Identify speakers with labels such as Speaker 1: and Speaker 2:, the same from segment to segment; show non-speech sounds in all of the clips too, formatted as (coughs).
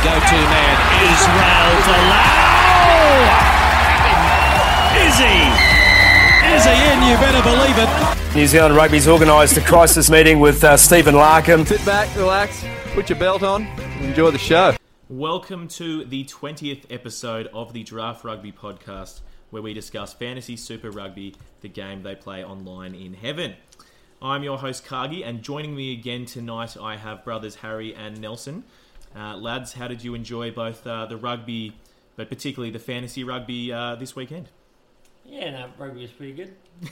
Speaker 1: go-to man, Israel Folau. Is he? Is he in? You better believe it.
Speaker 2: New Zealand Rugby's organised a crisis meeting with uh, Stephen Larkham.
Speaker 3: Sit back, relax, put your belt on, enjoy the show.
Speaker 4: Welcome to the 20th episode of the Draft Rugby podcast, where we discuss fantasy super rugby, the game they play online in heaven. I'm your host, Kagi, and joining me again tonight, I have brothers Harry and Nelson. Uh, lads, how did you enjoy both uh, the rugby, but particularly the fantasy rugby uh, this weekend?
Speaker 5: Yeah, no, rugby was pretty good.
Speaker 4: I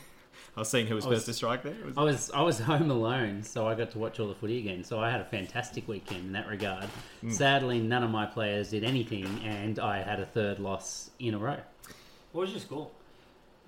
Speaker 4: was seeing who was, was, first to strike there.
Speaker 5: Was I was I was (laughs) home alone, so I got to watch all the footy again. So I had a fantastic weekend in that regard. Mm. Sadly, none of my players did anything, and I had a third loss in a row.
Speaker 6: What was your score?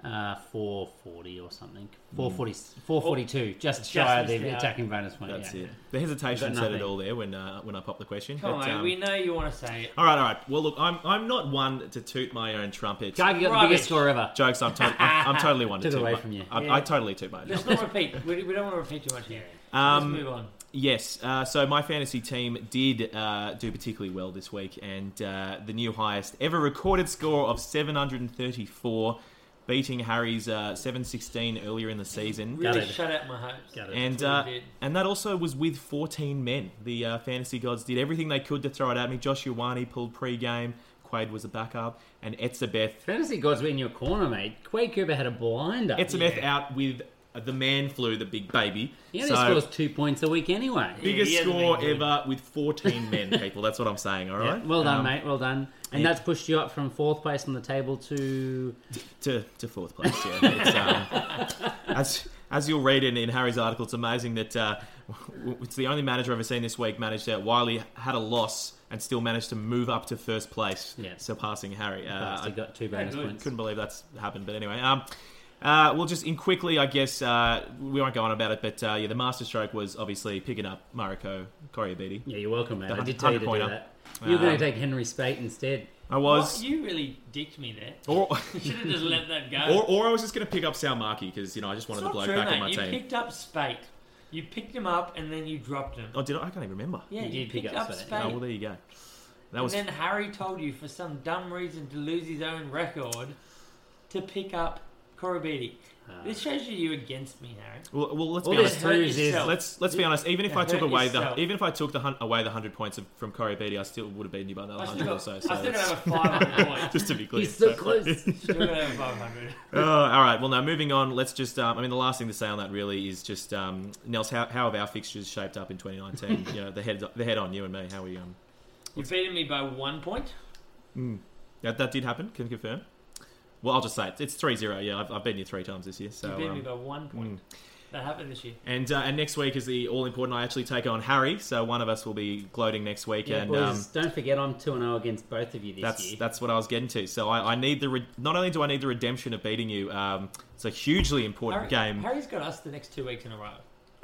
Speaker 5: Uh, 440 or something. 440, 442, just shy of the attacking bonus point.
Speaker 4: That's
Speaker 5: yeah. it.
Speaker 4: The hesitation said it all there when uh, when I popped the question.
Speaker 6: Come but, on, um, we know you want to say it.
Speaker 4: All right, all right. Well, look, I'm I'm not one to toot my own trumpet.
Speaker 5: Guy got Rubbish. the biggest score ever.
Speaker 4: Jokes, I'm, to- I'm, I'm, totally one to
Speaker 5: (laughs) Took
Speaker 4: toot.
Speaker 5: away
Speaker 4: my,
Speaker 5: from you.
Speaker 4: I,
Speaker 5: yeah.
Speaker 4: I totally toot my own.
Speaker 6: Let's not repeat. We, we, don't want to repeat too much here. Um, Let's move on.
Speaker 4: Yes, uh, so my fantasy team did uh, do particularly well this week, and uh, the new highest ever recorded score of 734, beating Harry's 716 earlier in the season.
Speaker 6: Really Gutted. shut out my hopes. Gutted.
Speaker 4: And uh, and that also was with 14 men. The uh, fantasy gods did everything they could to throw it at me. Josh Iwani pulled pre-game. Quade was a backup, and Etzebeth.
Speaker 5: Fantasy gods were in your corner, mate. Quade Cooper had a blinder.
Speaker 4: Etzebeth yeah. out with the man flew the big baby.
Speaker 5: He only so, scores two points a week anyway.
Speaker 4: Biggest yeah, score ever with
Speaker 5: (laughs)
Speaker 4: 14 men, people. That's what I'm saying, all right?
Speaker 5: Yeah. Well done, um, mate. Well done. And yeah. that's pushed you up from fourth place on the table to.
Speaker 4: To, to fourth place, yeah. um, (laughs) as, as you'll read in, in Harry's article, it's amazing that uh, it's the only manager I've ever seen this week managed that Wiley had a loss and still managed to move up to first place, surpassing Harry.
Speaker 5: Uh, I got two bonus points.
Speaker 4: Couldn't believe that's happened, but anyway. Um, uh, well, just in quickly, I guess uh, we won't go on about it, but uh, yeah, the masterstroke was obviously picking up Mariko Koryabidi.
Speaker 5: Yeah, you're welcome, man. The I did tell you to pointer. do that. You're going to take Henry Spate instead.
Speaker 4: I was. Oh.
Speaker 6: What? You really dicked me there. Or, you should have just let that go.
Speaker 4: Or, or I was just going to pick up Sal Markey because you know I just wanted the bloke
Speaker 6: Uh, true,
Speaker 4: back
Speaker 6: mate.
Speaker 4: on my
Speaker 6: you
Speaker 4: team.
Speaker 6: You picked up Spate. You picked him up and then you dropped him.
Speaker 4: Oh, did I? I can't even remember.
Speaker 6: Yeah, you, you picked pick up, up Spate. Spate.
Speaker 4: Oh, well, there you go.
Speaker 6: That and was... then Harry told you for some dumb reason to lose his own record to pick up Corabidi.
Speaker 4: Ah.
Speaker 6: Uh, this shows you you against me, Harry.
Speaker 4: Well, well let's
Speaker 5: All
Speaker 4: be honest.
Speaker 5: Is,
Speaker 4: let's let's be honest. Even if I took away
Speaker 6: yourself.
Speaker 4: the even if I took the hun- away the hundred points of, from Corey Beatty, I still would have beaten you by another hundred or Oh, so. so
Speaker 6: I still have a five hundred
Speaker 4: (laughs)
Speaker 6: points.
Speaker 4: Just to be clear,
Speaker 5: he's so, so close.
Speaker 6: still have five hundred.
Speaker 4: oh, all right. Well, now moving on. Let's just. Um, I mean, the last thing to say on that really is just, um, Nels, how, how have our fixtures shaped up in
Speaker 6: (laughs)
Speaker 4: 2019? you know, the head the head on you and me. How we um.
Speaker 6: You've beaten me by one point.
Speaker 4: Mm. That, that did happen. Can confirm. Well, I'll just say it. It's 3 0. Yeah, I've, I've beaten you three times this year. So,
Speaker 6: you beat um, me by one point. Mm. That happened this year.
Speaker 4: And uh, and next week is the all important. I actually take on Harry, so one of us will be gloating next
Speaker 5: (laughs)
Speaker 4: week.
Speaker 5: Yeah,
Speaker 4: and
Speaker 5: boys, um, don't forget, I'm two and zero against both of you this
Speaker 4: that's,
Speaker 5: year.
Speaker 4: That's what I was getting to. So I, I need the re- not only do I need the redemption of beating you. Um, it's a hugely important
Speaker 6: Harry,
Speaker 4: game.
Speaker 6: Harry's got us the next two weeks in a row.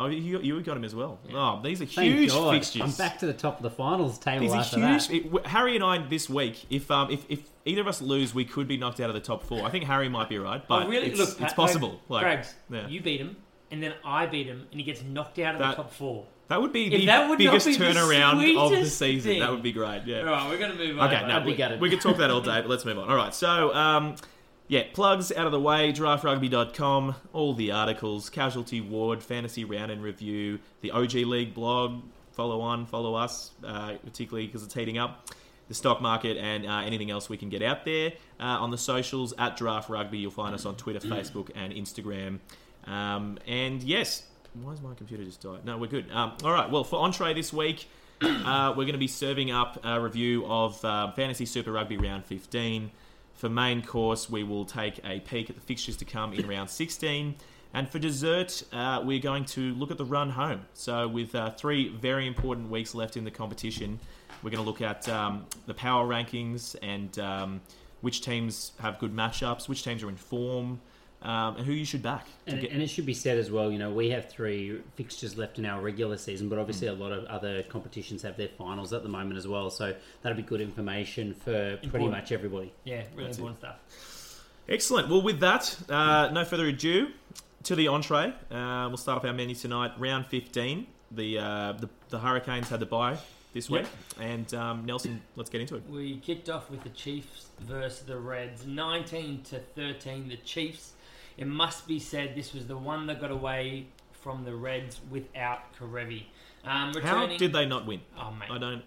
Speaker 4: Oh, you, you got him as well. Yeah. Oh, these are huge fixtures.
Speaker 5: I'm back to the top of the finals table.
Speaker 4: These are
Speaker 5: after
Speaker 4: huge.
Speaker 5: That. It,
Speaker 4: w- Harry and I this week, if um, if, if either of us lose, we could be knocked out of the top four. I think Harry might be right, but
Speaker 6: oh, really?
Speaker 4: it's,
Speaker 6: Look,
Speaker 4: it's
Speaker 6: Pat,
Speaker 4: possible.
Speaker 6: Like, Grags,
Speaker 4: yeah.
Speaker 6: you beat him, and then I beat him, and he gets knocked out of
Speaker 4: That-
Speaker 6: the top four.
Speaker 4: that would be
Speaker 6: If
Speaker 4: the
Speaker 6: that would not
Speaker 4: biggest
Speaker 6: be the
Speaker 4: turnaround of the
Speaker 6: sweetest
Speaker 4: season.
Speaker 6: thing.
Speaker 4: That would be great. Yeah.
Speaker 6: All right, we're going to move on.
Speaker 4: Okay, no,
Speaker 5: I'd be
Speaker 4: we,
Speaker 5: gutted.
Speaker 4: we could talk that all day, but let's move on. All right, so um, yeah, plugs out of the way, draftrugby.com, all the articles, casualty ward, fantasy round and review, the OG League blog, follow on, follow us, uh, particularly because it's heating up, the stock market, and uh, anything else we can get out there. Uh, on the socials, at Draft Rugby, you'll find us on Twitter, Facebook, and Instagram. Um, and yes, why is my computer just died? No, we're good. Um, all right, well, for entree this week, uh, we're going to be serving up a review of uh, Fantasy Super Rugby Round 15. For main course, we will take a peek at the fixtures to come in round 16. And for dessert, uh, we're going to look at the run home. So, with uh, three very important weeks left in the competition, we're going to look at um, the power rankings and um, which teams have good matchups, which teams are in form, um, and who you should back. to
Speaker 5: And,
Speaker 4: get-
Speaker 5: and it should be said as well, you know, we have three fixtures left in our regular season, but obviously a lot of other competitions have their finals at the moment as well. So that'll be good information for pretty
Speaker 6: Important.
Speaker 5: much everybody.
Speaker 6: Yeah, really
Speaker 4: That's it.
Speaker 6: important stuff.
Speaker 4: Excellent. Well, with that, uh, no further ado to the entree. Uh, we'll start off our menu tonight. Round 15. The, uh, the the Hurricanes had the bye this this
Speaker 5: Yeah.
Speaker 4: week. And um, Nelson, let's get into it.
Speaker 6: We kicked off with the Chiefs versus the Reds, 19 to 13. The Chiefs. It must be said this was the one that got away from the Reds without Karevi. Um,
Speaker 4: How
Speaker 6: returning,
Speaker 4: did they not win?
Speaker 6: Oh mate,
Speaker 4: I don't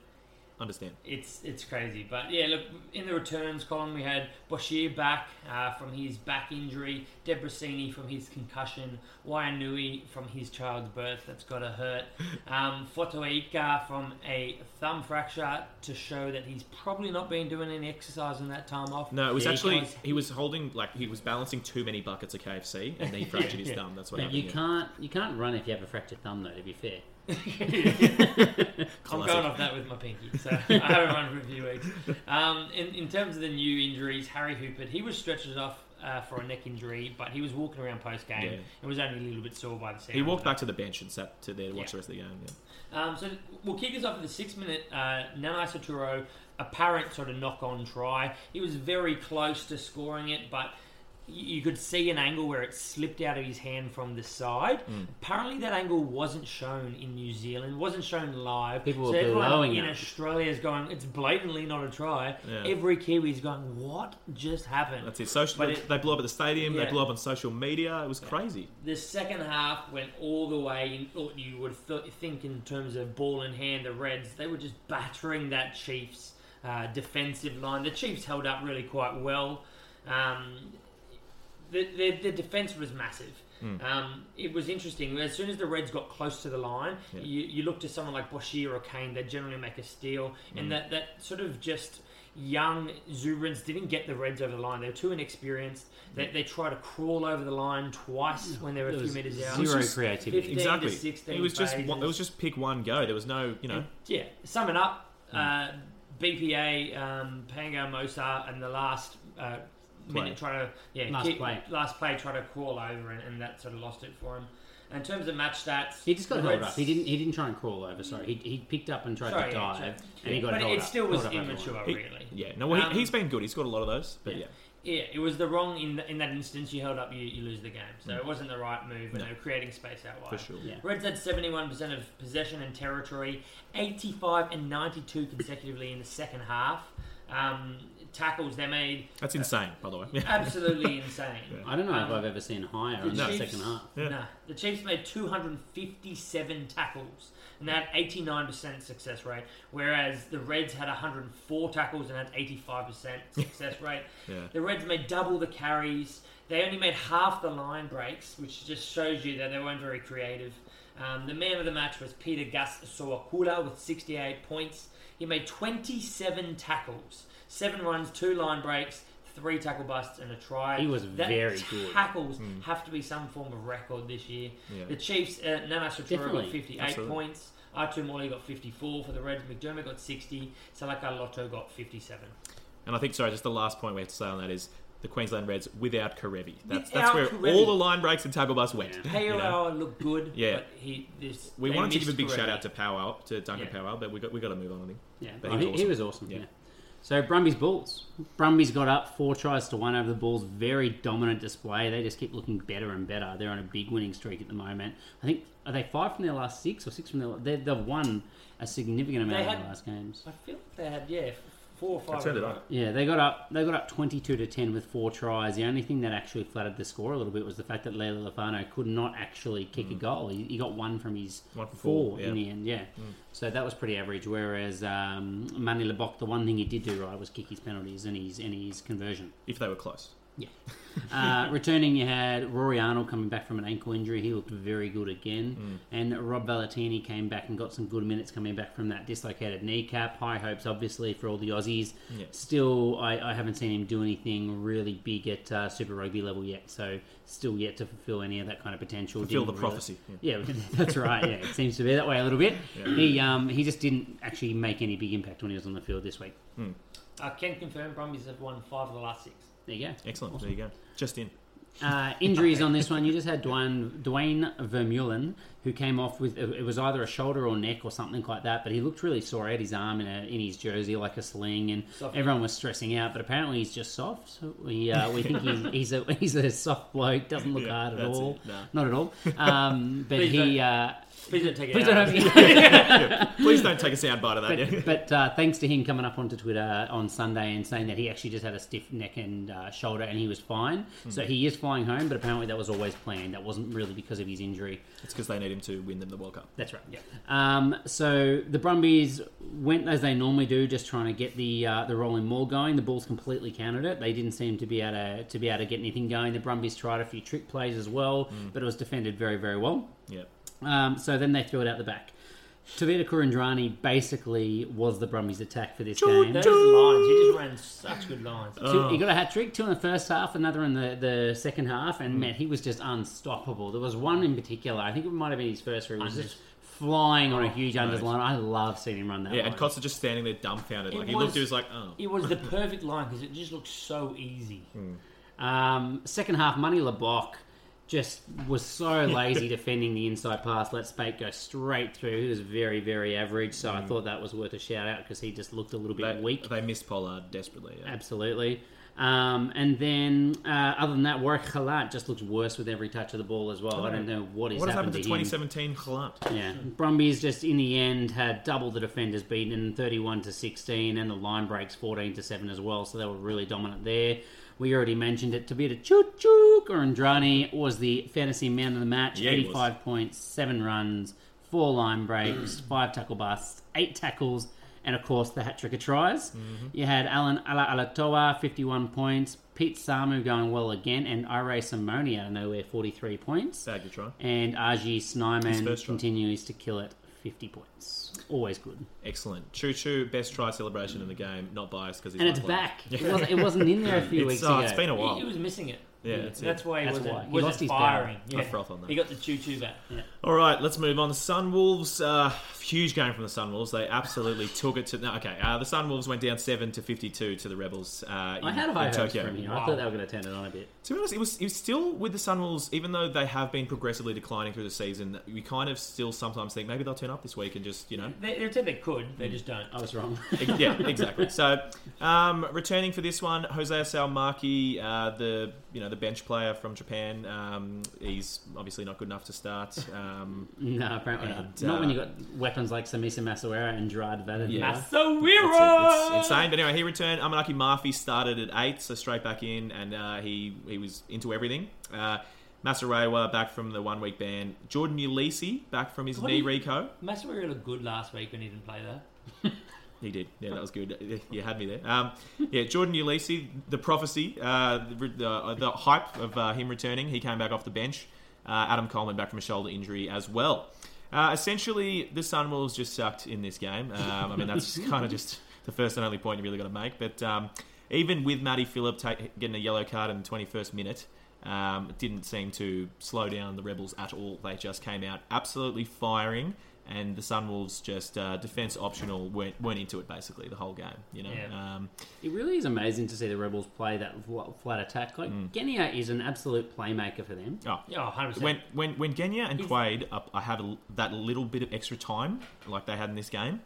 Speaker 4: understand.
Speaker 6: it's it's crazy. But yeah, look in the returns column we had Bashir back uh, from his back injury, Debrasini from his concussion, Waianui from his child's birth that's got
Speaker 4: (laughs)
Speaker 6: to hurt, um, Fotoika from a thumb fracture to show that he's probably not been doing any exercise in that time off.
Speaker 4: No, it was
Speaker 6: Yeah,
Speaker 4: actually
Speaker 6: because-
Speaker 4: he was holding like he was balancing too many buckets of KFC, and
Speaker 6: (laughs)
Speaker 4: he fractured his thumb. That's what
Speaker 5: But
Speaker 4: happened.
Speaker 5: you
Speaker 4: yeah.
Speaker 5: can't you can't run if you have a fractured thumb though. To be fair,
Speaker 6: I'm
Speaker 4: Classic.
Speaker 6: going off that with my pinky, so (laughs) I haven't run for a few weeks. Um, in, in terms of the new injuries, Harry Hooper, he was stretched off uh, for a neck injury, but he was walking around post game
Speaker 4: Yeah.
Speaker 6: and was only a little bit sore by the second.
Speaker 4: He walked back to the bench and sat to there to watch
Speaker 6: Yeah.
Speaker 4: the rest of the game. Yeah.
Speaker 6: Um, so we'll kick us off with a six minute uh, Nanai Satoru apparent sort of knock on try. He was very close to scoring it, but y- you could see an angle where it slipped out of his hand from the side.
Speaker 5: Hmm.
Speaker 6: Apparently, that angle wasn't shown in New Zealand, wasn't shown live.
Speaker 5: People
Speaker 6: so
Speaker 5: were
Speaker 6: everyone
Speaker 5: blowing
Speaker 6: in
Speaker 5: it.
Speaker 6: Australia's going, it's blatantly not a try.
Speaker 4: Yeah.
Speaker 6: Every Kiwi's going, what just happened?
Speaker 4: That's it. Social.
Speaker 6: But it-
Speaker 4: they blow up at the stadium.
Speaker 6: Yeah.
Speaker 4: They blow up on social media. It was crazy.
Speaker 6: The second half went all the way in what you would th- think in terms of ball in hand. The Reds, they were just battering that Chiefs uh, defensive line. The Chiefs held up really quite well. Um, the, the, the defense was massive. Um, it was interesting. As soon as the Reds got close to the line,
Speaker 4: Yeah.
Speaker 6: you, you look to someone like Bashir or Kane, they generally make a steal. And that, that sort of just young Zubrans didn't get the Reds over the line. They were too inexperienced. They, they tried to crawl over the line twice when they were a
Speaker 5: There
Speaker 6: few
Speaker 5: was
Speaker 6: meters out.
Speaker 5: zero
Speaker 4: just-
Speaker 5: creativity.
Speaker 6: 15 to
Speaker 4: Exactly.
Speaker 6: 16
Speaker 4: It was just one,
Speaker 6: phases.
Speaker 4: it was just pick one go. There was no you know
Speaker 6: Yeah, summing up,
Speaker 5: Hmm.
Speaker 6: uh, BPA, um, Pango, Mosa, and the last uh,
Speaker 4: Play.
Speaker 6: minute try to yeah
Speaker 5: Last
Speaker 6: kick-
Speaker 5: play.
Speaker 6: last play try to crawl over, and, and that sort of lost it for him. In terms of match stats,
Speaker 5: He just got
Speaker 6: the
Speaker 5: held
Speaker 6: Reds-
Speaker 5: up. He didn't. He didn't try and crawl over. Sorry, he, he picked up and tried to
Speaker 6: Sorry, yeah,
Speaker 5: dive,
Speaker 6: sorry.
Speaker 5: and he got
Speaker 6: but
Speaker 5: held
Speaker 6: it
Speaker 5: up.
Speaker 6: still was
Speaker 5: Held up over the line.
Speaker 6: immature,
Speaker 4: he-
Speaker 6: really.
Speaker 4: yeah no well,
Speaker 6: Um,
Speaker 4: he, he's been good. He's got a lot of those. But yeah,
Speaker 6: Yeah, it was the wrong in the, in that instance. You held up, you, you lose the game.
Speaker 5: Hmm.
Speaker 6: So it wasn't the right move, and they were creating space out wide.
Speaker 4: for sure.
Speaker 5: Yeah.
Speaker 6: Reds had 71% of possession and territory, 85 and 92 consecutively in the second half. Um, tackles they made
Speaker 4: That's insane. By the way. Yeah.
Speaker 6: absolutely insane.
Speaker 5: I don't know if
Speaker 6: Um,
Speaker 5: I've ever seen higher in the second half.
Speaker 4: Yeah.
Speaker 6: Nah, the Chiefs made 257 tackles and they had 89% success rate, whereas the Reds had 104 tackles and had 85%
Speaker 4: (laughs)
Speaker 6: success rate.
Speaker 4: Yeah.
Speaker 6: The Reds made double the carries. They only made half the line breaks, which just shows you that they weren't very creative. Um, the man of the match was Peter Gus Soakula with 68 points. He made 27 tackles, seven runs, two line breaks, three tackle busts, and a try.
Speaker 5: He was
Speaker 6: That
Speaker 5: very good.
Speaker 6: Tackles have to be some form of record this year.
Speaker 4: Hmm. Yeah.
Speaker 6: The Chiefs, uh, Nana Satura got
Speaker 5: Definitely.
Speaker 6: 58
Speaker 4: Absolutely.
Speaker 6: points. Artur Morley got 54 for the Reds. McDermott got 60. Salaka Lotto got 57.
Speaker 4: (laughs) And I think, sorry, just the last point we have to say on that is the Queensland Reds without Karevi. That's
Speaker 6: Without
Speaker 4: that's where
Speaker 6: Karevi.
Speaker 4: all the line breaks and tackle bus went.
Speaker 5: Yeah.
Speaker 6: Paolau
Speaker 4: You know?
Speaker 6: looked good.
Speaker 4: Yeah.
Speaker 6: But he, this,
Speaker 4: We
Speaker 6: they
Speaker 4: wanted to
Speaker 6: missed
Speaker 4: give a big
Speaker 6: Correa.
Speaker 4: shout out to Powell, to Duncan
Speaker 6: Yeah.
Speaker 4: Powell, but we got we got to move on. I think.
Speaker 5: Yeah,
Speaker 4: But
Speaker 5: oh, he,
Speaker 4: he was
Speaker 5: he
Speaker 4: awesome.
Speaker 5: was awesome.
Speaker 4: Yeah.
Speaker 5: Yeah. So Brumbies Bulls. Brumbies got up four tries to one over the Bulls. Very dominant display. They just keep looking better and better. They're on a big winning streak at the moment. I think are they five from their last six or six from their? They, they've won a significant amount
Speaker 6: They
Speaker 5: of
Speaker 6: had-
Speaker 5: their last games.
Speaker 6: I feel like they had, yeah, f- four or five.
Speaker 4: turned
Speaker 6: in a
Speaker 4: it
Speaker 6: row.
Speaker 4: up.
Speaker 5: Yeah, they got up. They got up twenty-two to ten with four tries. The only thing that actually flattered the score a little bit was the fact that Leila Lafano could not actually kick a goal. He, he got one from his
Speaker 4: Mm. One from
Speaker 5: four,
Speaker 4: four, yeah. Mm.
Speaker 5: in the end. Yeah, so that was pretty average. Whereas um, Manny Lebok, the one thing he did do right was kick his penalties and his and his conversion.
Speaker 4: If they were close,
Speaker 5: Uh, returning, you had Rory Arnold coming back from an ankle injury. He looked very good again.
Speaker 4: Mm.
Speaker 5: And Rob Valentini came back and got some good minutes coming back from that dislocated kneecap. High hopes, obviously, for all the Aussies.
Speaker 4: Yeah.
Speaker 5: Still, I, I haven't seen him do anything really big at uh, Super Rugby level yet. So, still yet to fulfil any of that kind of potential.
Speaker 4: fulfill the
Speaker 5: Didn't really-
Speaker 4: prophecy. Yeah.
Speaker 5: yeah, (laughs) that's right. Yeah, it seems to be that way a little bit. He um he just didn't actually make any big impact when he was on the field this week.
Speaker 6: I can confirm Brumbies have won five of the last six.
Speaker 5: There you go.
Speaker 4: Excellent. There you go. Just in.
Speaker 5: Uh, injuries on this one. You just had Dwayne Dwayne Vermeulen, who came off with it was either a shoulder or neck or something like that. But he looked really sore. He had his arm in, a, in his jersey like a sling, and
Speaker 6: Soft.
Speaker 5: everyone was stressing out. But apparently he's just soft. We uh, we think he's, he's a he's a soft bloke. Doesn't look
Speaker 4: Yeah,
Speaker 5: hard at
Speaker 4: that's
Speaker 5: all.
Speaker 4: it. No.
Speaker 5: Not at all. Um, but
Speaker 6: Please
Speaker 5: he. Uh,
Speaker 6: Please don't take it
Speaker 5: Please
Speaker 6: out.
Speaker 5: don't have
Speaker 4: Please don't take a soundbite of that. yeah.
Speaker 5: But, but uh, thanks to him coming up onto Twitter on Sunday and saying that he actually just had a stiff neck and uh, shoulder and he was fine. So he is flying home, but apparently that was always planned. That wasn't really because of his injury.
Speaker 4: It's because they need him to win them the World Cup.
Speaker 5: That's right. Yeah. Um, so the Brumbies went as they normally do, just trying to get the uh, the rolling maul going. The Bulls completely countered it. They didn't seem to be able to, to be able to get anything going. The Brumbies tried a few trick plays as well, but it was defended very very well.
Speaker 4: Yeah.
Speaker 5: Um, so then they threw it out the back. Tavita Kurandrani basically was the Brumbies attack for this game.
Speaker 6: Those lines, he just ran such good lines.
Speaker 4: Uh,
Speaker 5: Two, he got a hat trick, two in the first half, another in the, the second half, and man, he was just unstoppable. There was one in particular, I think it might have been his first, where he was just flying on a huge unders line. I love seeing him run that.
Speaker 4: Yeah,
Speaker 5: line.
Speaker 4: and Costa just standing there dumbfounded.
Speaker 6: It
Speaker 4: Like he looked,
Speaker 6: was-
Speaker 4: he was like, oh.
Speaker 6: It was the perfect line because it just looked so easy.
Speaker 5: Um, second half, Money LeBoc just was so lazy defending the inside pass. Let Spate go straight through. He was very, very average, so I thought that was worth a shout out because he just looked a little bit
Speaker 4: They,
Speaker 5: weak.
Speaker 4: they missed Pollard desperately. Yeah.
Speaker 5: Absolutely. Um, and then, uh, other than that, Warwick Khalat just looks worse with every touch of the ball as well. I don't know what is
Speaker 4: What has happened to
Speaker 5: to him.
Speaker 4: 2017 Holland?
Speaker 5: Yeah, Brumbies just in the end had double the defenders beaten, thirty-one to sixteen, and the line breaks fourteen to seven as well. So they were really dominant there. We already mentioned it. Tabita Chuchuk or Andrani was the fantasy man of the match.
Speaker 4: Yeah, he was.
Speaker 5: Eighty-five points, seven runs, four line breaks,
Speaker 4: Mm.
Speaker 5: five tackle busts, eight tackles, and of course the hat trick of tries.
Speaker 4: Mm-hmm.
Speaker 5: You had Alan Ala Alatoa, fifty-one points. Pete Samu going well again, and Ira Simoni out of nowhere, forty-three points.
Speaker 4: Sad to try.
Speaker 5: And RG Snyman
Speaker 4: first try.
Speaker 5: continues to kill it. 50 points. Always good.
Speaker 4: Excellent. Choo choo, best try celebration in the game. Not biased because he's
Speaker 5: And
Speaker 4: my
Speaker 5: it's
Speaker 4: player.
Speaker 5: back. It, wasn't, it wasn't in there a few weeks
Speaker 4: (laughs) It's,
Speaker 5: ago.
Speaker 4: uh, it's been a
Speaker 6: He, he
Speaker 5: (laughs)
Speaker 4: while.
Speaker 6: was missing it.
Speaker 4: Yeah, that's it.
Speaker 6: That's why he
Speaker 5: That's
Speaker 6: wasn't,
Speaker 5: why. He
Speaker 6: wasn't
Speaker 5: lost his
Speaker 6: firing. Yeah.
Speaker 4: I froth on that.
Speaker 6: He got the choo choo back.
Speaker 4: All right, let's move on. The Sunwolves, uh, huge game from the Sunwolves.
Speaker 5: (sighs)
Speaker 4: They absolutely took it to. No, okay, uh, the Sunwolves went down seven to fifty-two to the Rebels. Uh, in,
Speaker 5: I had high
Speaker 4: in
Speaker 5: hopes
Speaker 4: Tokyo.
Speaker 5: from him. I
Speaker 6: Wow.
Speaker 5: thought they were going to turn it on a bit.
Speaker 4: To be honest, it was it was still with the Sunwolves, even though they have been progressively declining through the season. We kind of still sometimes think maybe they'll turn up this week and just you know
Speaker 6: They, they said they could, they just don't.
Speaker 5: I was wrong. (laughs)
Speaker 4: yeah, exactly. So, um, returning for this one, Jose Salmaki, uh, the you know the bench player from Japan. Um, he's obviously not good enough to start. Um,
Speaker 5: no, apparently not.
Speaker 4: And,
Speaker 5: not when
Speaker 4: uh,
Speaker 5: you got weapons like Samisa Masuera and Gerard Vadin.
Speaker 4: Yeah.
Speaker 6: That's so weird.
Speaker 4: it's, it's insane. But anyway, he returned. Amanaki Mafi started at eight, so straight back in, and uh, he he was into everything. Uh, Masarewa back from the one week ban. Jordan Ulisi back from his
Speaker 6: What
Speaker 4: knee
Speaker 6: did-
Speaker 4: reco.
Speaker 6: Masawiri looked good last week when he didn't play though.
Speaker 4: He did. Yeah, that was good. You had me there. Um, yeah, Jordan Ulysses, the prophecy, uh, the, the, the hype of uh, him returning. He came back off the bench. Uh, Adam Coleman back from a shoulder injury as well. Uh, essentially, the Sunwolves just sucked in this game. Um, I mean, that's kind of just the first and only point you really got to make. But um, even with Matty Phillip ta- getting a yellow card in the 21st minute, um, it didn't seem to slow down the Rebels at all. They just came out absolutely firing, and the Sunwolves just uh, defense optional weren't, weren't into it basically the whole game. You know,
Speaker 6: Yeah.
Speaker 4: um,
Speaker 5: It really is amazing to see the Rebels play that fl- flat attack. Like,
Speaker 4: Mm.
Speaker 5: Genia is an absolute playmaker for them.
Speaker 4: oh.
Speaker 6: Yeah, 100%.
Speaker 4: When when when Genya and
Speaker 6: He's-
Speaker 4: Quaid up, I had a, that little bit of extra time like they had in this game.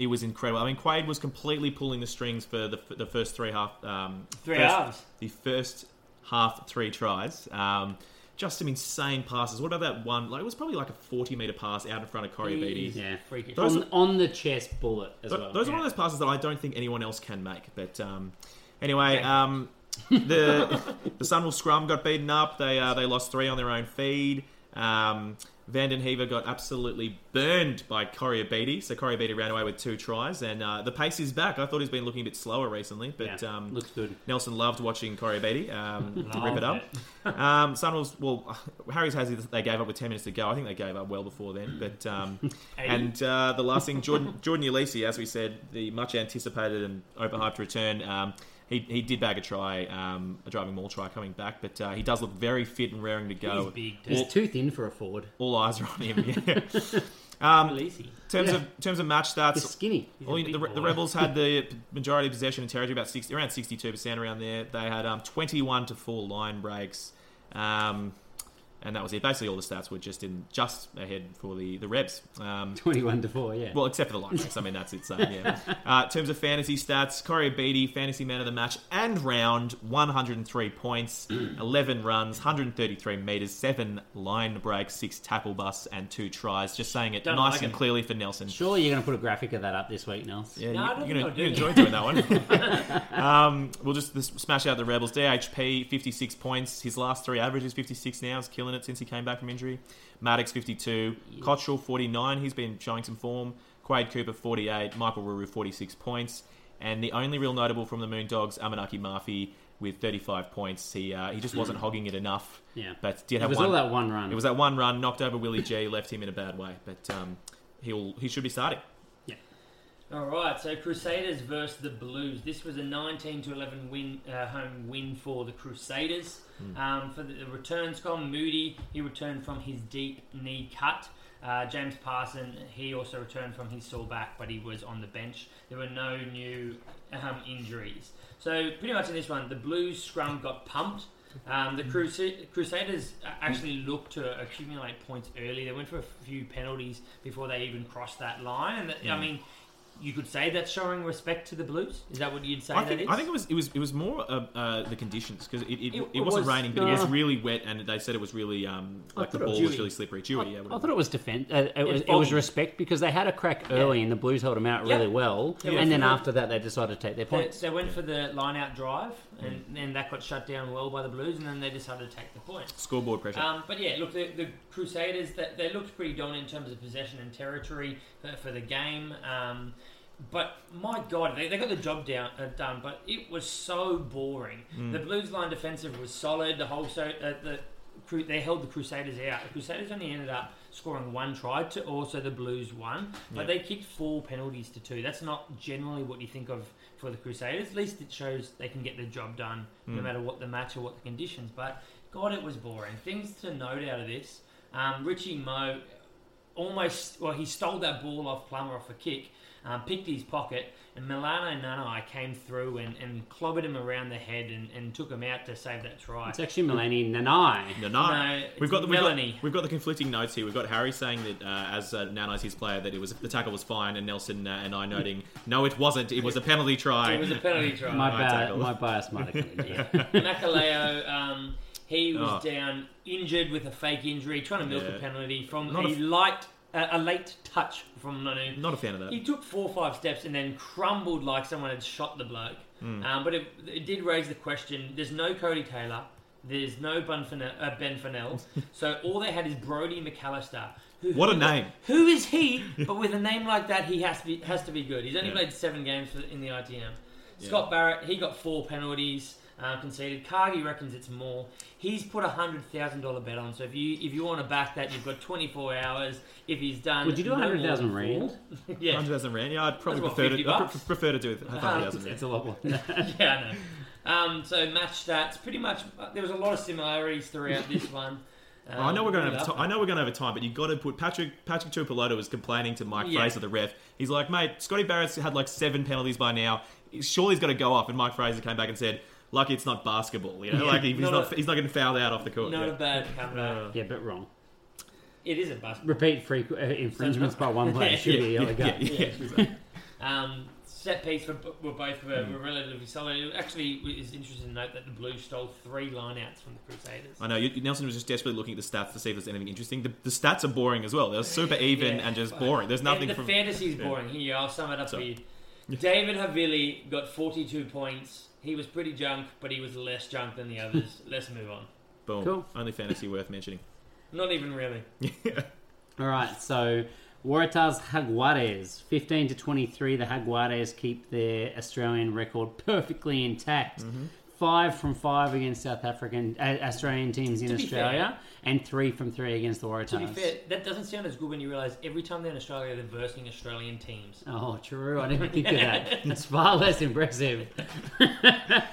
Speaker 4: It was incredible. I mean, Quaid was completely pulling the strings for the, the first three half. Um,
Speaker 6: Three
Speaker 4: first,
Speaker 6: halves.
Speaker 4: The first half three tries. Um, just some insane passes. What about that one? Like it was probably like a forty meter pass out in front of Corey
Speaker 6: He's
Speaker 5: Yeah.
Speaker 6: freakish.
Speaker 4: Those-
Speaker 5: on, on the chest bullet as
Speaker 4: Th-
Speaker 5: well.
Speaker 4: Those are one of those passes that I don't think anyone else can make. But um, anyway, um,
Speaker 5: (laughs)
Speaker 4: the the Sunwolves scrum got beaten up. They uh, they lost three on their own feed. Um, Vandenhever got absolutely burned by Corriabidi. So Corriabidi ran away with two tries, and uh, the pace is back. I thought he's been looking a bit slower recently, but
Speaker 5: Yeah,
Speaker 4: um,
Speaker 5: looks good.
Speaker 4: Nelson loved watching Corriabidi
Speaker 6: (laughs)
Speaker 4: um, to rip
Speaker 6: Loved
Speaker 4: it up.
Speaker 6: (laughs)
Speaker 4: Um, Sunwolves, well, (laughs) Harry's has it. They gave up with ten minutes to go. I think they gave up well before then. But
Speaker 6: (laughs)
Speaker 4: um, and uh, the last thing, Jordan (laughs) Jordan Ulysses, as we said, the much anticipated and overhyped return. Um, he, he did bag a try, um, a driving maul try coming back, but uh, he does look very fit and raring to go.
Speaker 6: He's big, too.
Speaker 5: He's too thin for a forward.
Speaker 4: All eyes are on him. Yeah. (laughs) in
Speaker 6: Real easy.
Speaker 4: terms of in terms of match stats,
Speaker 5: He's skinny. (laughs)
Speaker 4: well,
Speaker 6: a
Speaker 4: you know,
Speaker 6: big
Speaker 4: the, the
Speaker 6: boy.
Speaker 4: rebels
Speaker 6: (laughs)
Speaker 4: had the p- majority of possession and territory, about 60, around sixty-two percent around there. They had um, twenty-one to four line breaks. Um, and that was it. Basically, all the stats were just in just ahead for the the Rebs. Um,
Speaker 5: 21 to 4, yeah.
Speaker 4: well, except for the line race. I mean, that's its uh, yeah.
Speaker 6: (laughs)
Speaker 4: Uh, in terms of fantasy stats, Corey Beatty, fantasy man of the match and round, 103
Speaker 6: (clears throat)
Speaker 4: points, 11 runs, 133 meters, seven line breaks, six tackle busts, and two tries. Just saying it
Speaker 6: Don't
Speaker 4: nice
Speaker 6: like
Speaker 4: and
Speaker 6: it.
Speaker 4: clearly for Nelson.
Speaker 5: Surely you're going to put a graphic of that up this week, Nels.
Speaker 4: Yeah,
Speaker 6: No, I don't
Speaker 4: you, you're
Speaker 6: think
Speaker 4: gonna,
Speaker 6: I'll do
Speaker 4: you
Speaker 6: it.
Speaker 4: enjoy doing that one. (laughs) um, we'll just this, smash out the Rebels. DHP, 56 points. His last three averages, 56 now. He's killing it since he came back from injury. Maddox, 52. Cottrell, 49. He's been showing some form. Quade Cooper, 48. Michael Ruru, 46 points. And the only real notable from the Moondogs, Amanaki Mafi, with 35 points. He uh, he just wasn't hogging it enough.
Speaker 5: Yeah.
Speaker 4: But did
Speaker 5: It
Speaker 4: have
Speaker 5: was
Speaker 4: one,
Speaker 5: all that one run.
Speaker 4: It was that one run, knocked over Willie G, left him in a bad way. But um, he'll he should be starting.
Speaker 6: All right, so Crusaders versus the Blues. This was a 19 to 11 win uh, home win for the Crusaders. Um, for the, the returns, Colin Moody he returned from his deep knee cut. Uh, James Parson he also returned from his sore back, but he was on the bench. There were no new um, injuries. So pretty much in this one, the Blues scrum got pumped. Um, the Crusa- Crusaders uh, actually looked to accumulate points early. They went for a few penalties before they even crossed that line. And that, I mean, you could say that's showing respect to the Blues. Is that what you'd say
Speaker 4: I
Speaker 6: that
Speaker 4: think,
Speaker 6: is?
Speaker 4: I think it was it was it was more uh, uh, the conditions because it, it,
Speaker 6: It-
Speaker 4: it,
Speaker 6: it
Speaker 4: wasn't
Speaker 6: was- uh,
Speaker 4: raining, but it was
Speaker 5: no.
Speaker 4: really wet, and they said it was really um, like the
Speaker 5: thought it
Speaker 4: ball
Speaker 5: was
Speaker 4: was
Speaker 5: dewy.
Speaker 4: really slippery,
Speaker 5: I,
Speaker 4: dewy. yeah,
Speaker 5: I
Speaker 4: whatever.
Speaker 5: thought it was defense. Uh, it, was, it
Speaker 6: foggy.
Speaker 5: was respect because they had a crack early and the Blues held them out
Speaker 6: Yeah.
Speaker 5: really well.
Speaker 6: Yeah,
Speaker 5: and then
Speaker 6: yeah.
Speaker 5: after that, they decided to take their
Speaker 6: they,
Speaker 5: points.
Speaker 6: they went for the line out drive, and
Speaker 4: Mm.
Speaker 6: then that got shut down well by the Blues, and then they decided to take the points.
Speaker 4: scoreboard pressure.
Speaker 6: Um, but yeah, look, the, the Crusaders that they looked pretty dominant in terms of possession and territory for, for the game. Um, but my God, they, they got the job down uh, done. But it was so boring. The Blues line defensive was solid. The whole so uh, the Cru- they held the Crusaders out. The Crusaders only ended up scoring one try to also the Blues one, but they kicked four penalties to two. That's not generally what you think of for the Crusaders. At least it shows they can get the job done
Speaker 4: Hmm.
Speaker 6: no matter what the match or what the conditions. But God, it was boring. Things to note out of this: um, Richie Moe almost well, he stole that ball off Plummer off a kick, um, picked his pocket, and Milano Nanai came through and, and clobbered him around the head and, and took him out to save that try.
Speaker 5: It's actually Melanie Nanai.
Speaker 4: no, no.
Speaker 6: no,
Speaker 4: we've got
Speaker 6: it's
Speaker 4: the we've got-
Speaker 6: Melanie.
Speaker 4: We've got, the conflicting notes here. We've got Harry saying that uh, as uh, Nanai's his player that it was the tackle was fine, and Nelson uh, and I noting no, it wasn't. It was a penalty try.
Speaker 6: It was
Speaker 5: (laughs)
Speaker 6: a penalty try.
Speaker 5: My,
Speaker 4: Nanai
Speaker 5: ba-
Speaker 4: tackle.
Speaker 5: my bias might have come in.
Speaker 4: (laughs)
Speaker 5: Yeah.
Speaker 6: Makaleo, um, he was
Speaker 4: Oh.
Speaker 6: down injured with a fake injury, trying to milk
Speaker 4: Yeah.
Speaker 6: a penalty from
Speaker 4: Not
Speaker 6: a,
Speaker 4: a f-
Speaker 6: light, uh, a late touch from Nanu.
Speaker 4: Not a fan of that.
Speaker 6: He took four or five steps and then crumbled like someone had shot the bloke.
Speaker 4: Hmm.
Speaker 6: Um, but it, it did raise the question there's no Cody Taylor, there's no Ben Fennell, uh, ben
Speaker 4: (laughs)
Speaker 6: Fennell so all they had is Brody McAllister. Who,
Speaker 4: What a
Speaker 6: who-
Speaker 4: name.
Speaker 6: Who is he? But with a name like that, he has to be, has to be good. He's only
Speaker 4: Yeah.
Speaker 6: played seven games for, in the ITM. Scott Barrett, he got four penalties. Uh, conceded. Cargi reckons it's more. He's put a hundred thousand dollar bet on. So if you if you want to back that, you've got twenty four hours. If he's done,
Speaker 5: Would you do
Speaker 6: no more
Speaker 5: 100,000
Speaker 6: than four-
Speaker 5: rand?
Speaker 6: Yeah,
Speaker 4: Hundred thousand rand. Yeah, I'd probably
Speaker 6: That's what,
Speaker 4: prefer to
Speaker 6: 50
Speaker 4: I'd pre-
Speaker 6: bucks? Ah,
Speaker 4: prefer to do it. Hundred thousand
Speaker 5: It's
Speaker 4: rand.
Speaker 5: a lot more than that. (laughs)
Speaker 6: (laughs) yeah, I know. Um, so match stats. Pretty much, uh, there was a lot of similarities
Speaker 4: (laughs)
Speaker 6: throughout this one. Um,
Speaker 4: I know we're going
Speaker 6: yeah.
Speaker 4: over. Time, I know we're going over time, but you got to put Patrick. Patrick Tupeloto was complaining to Mike
Speaker 6: Yeah.
Speaker 4: Fraser, the ref. He's like, mate, Scotty Barrett's had like seven penalties by now. Surely he's got to go off. And Mike Fraser came back and said, lucky it's not basketball. You know, like he's
Speaker 6: Not
Speaker 4: not,
Speaker 6: a-
Speaker 4: he's not getting fouled out off the court.
Speaker 6: Not
Speaker 4: Yeah.
Speaker 6: a bad comeback.
Speaker 5: Yeah, but wrong.
Speaker 6: it is a bust.
Speaker 5: Repeat frequ- uh, infringements by
Speaker 4: (laughs)
Speaker 5: one player should
Speaker 4: yeah,
Speaker 5: be a yellow
Speaker 4: yeah,
Speaker 5: card.
Speaker 4: yeah, (laughs) yeah.
Speaker 6: Um, set piece for were both were,
Speaker 4: Hmm.
Speaker 6: were relatively solid. It actually is interesting to note that the Blues stole three lineouts from the Crusaders.
Speaker 4: I know. You, Nelson was just desperately looking at the stats to see if there's anything interesting. The, the stats are boring as well. They're super even
Speaker 6: Yeah.
Speaker 4: and just boring. There's nothing
Speaker 6: The, the
Speaker 4: from.
Speaker 6: fantasy is
Speaker 4: yeah.
Speaker 6: boring. Here, I'll sum it up
Speaker 4: Sorry.
Speaker 6: for you. David Havili got 42 points. He was pretty junk, but he was less junk than
Speaker 4: (laughs)
Speaker 6: the others. Let's move on.
Speaker 4: Boom.
Speaker 5: Cool.
Speaker 4: Only fantasy worth mentioning.
Speaker 6: Not even really.
Speaker 5: All right, so Waratahs Jaguares, 15 to 23. The Jaguares keep their Australian record perfectly intact.
Speaker 6: Mm-hmm.
Speaker 5: Five from five against South African uh, Australian teams in
Speaker 6: To be
Speaker 5: Australia, and three from three against the Waratahs.
Speaker 6: To be fair, that doesn't sound as good when you realise every time they're in Australia, they're versing Australian teams.
Speaker 5: Oh, true. I didn't think of that. It's far less
Speaker 6: (laughs)
Speaker 5: impressive. (laughs)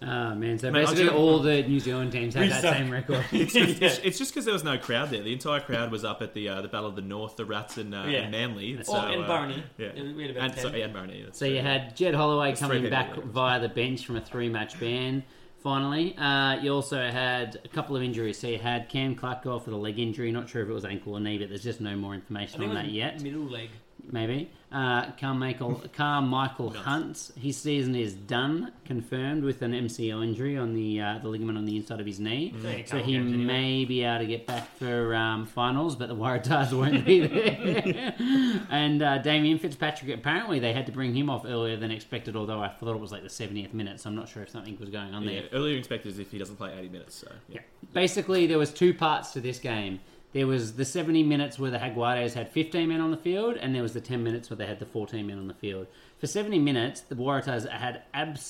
Speaker 5: oh man! So
Speaker 4: Mate, I
Speaker 5: basically,
Speaker 4: do-
Speaker 5: all the New Zealand teams have that same
Speaker 6: (laughs)
Speaker 5: record. (laughs)
Speaker 4: It's, it's just because there was no crowd there. The entire crowd was up at the uh, the Battle of the North, the Rats and, uh,
Speaker 6: Yeah.
Speaker 4: and Manly.
Speaker 6: oh, and
Speaker 4: uh,
Speaker 6: Barney.
Speaker 4: Yeah.
Speaker 6: We had about
Speaker 4: And,
Speaker 6: 10.
Speaker 4: sorry, and Barney. that's
Speaker 5: So
Speaker 4: true.
Speaker 5: you had Jed Holloway
Speaker 4: three
Speaker 5: coming
Speaker 4: people,
Speaker 5: back
Speaker 4: yeah.
Speaker 5: via the bench from a three-match ban. Finally, uh, you also had a couple of injuries. So you had Cam Clark go off with a leg injury. Not sure if it was ankle or knee, but there's just no more
Speaker 6: I
Speaker 5: information
Speaker 6: think
Speaker 5: on
Speaker 6: it was
Speaker 5: that yet.
Speaker 6: Middle leg.
Speaker 5: Maybe. Uh,
Speaker 6: (laughs)
Speaker 5: Carmichael, Carmichael Hunt, his season is done, confirmed with an MCL injury on the uh, the ligament on the inside of his knee.
Speaker 4: Mm.
Speaker 6: Yeah, a
Speaker 5: So
Speaker 6: couple
Speaker 5: he
Speaker 6: games anyway.
Speaker 5: may be able to get back for um, finals, but the Waratahs won't be there. (laughs) and uh, Damien Fitzpatrick, apparently they had to bring him off earlier than expected, although I thought it was like the 70th minute, so I'm not sure if something was going on
Speaker 4: Yeah,
Speaker 5: there.
Speaker 4: earlier expected is if he doesn't play 80 minutes. So yeah.
Speaker 5: Yeah. Basically, there was two parts to this game. There was the 70 minutes where the Jaguares had 15 men on the field, and there was the 10 minutes where they had the 14 men on the field. For 70 minutes, the Waratahs had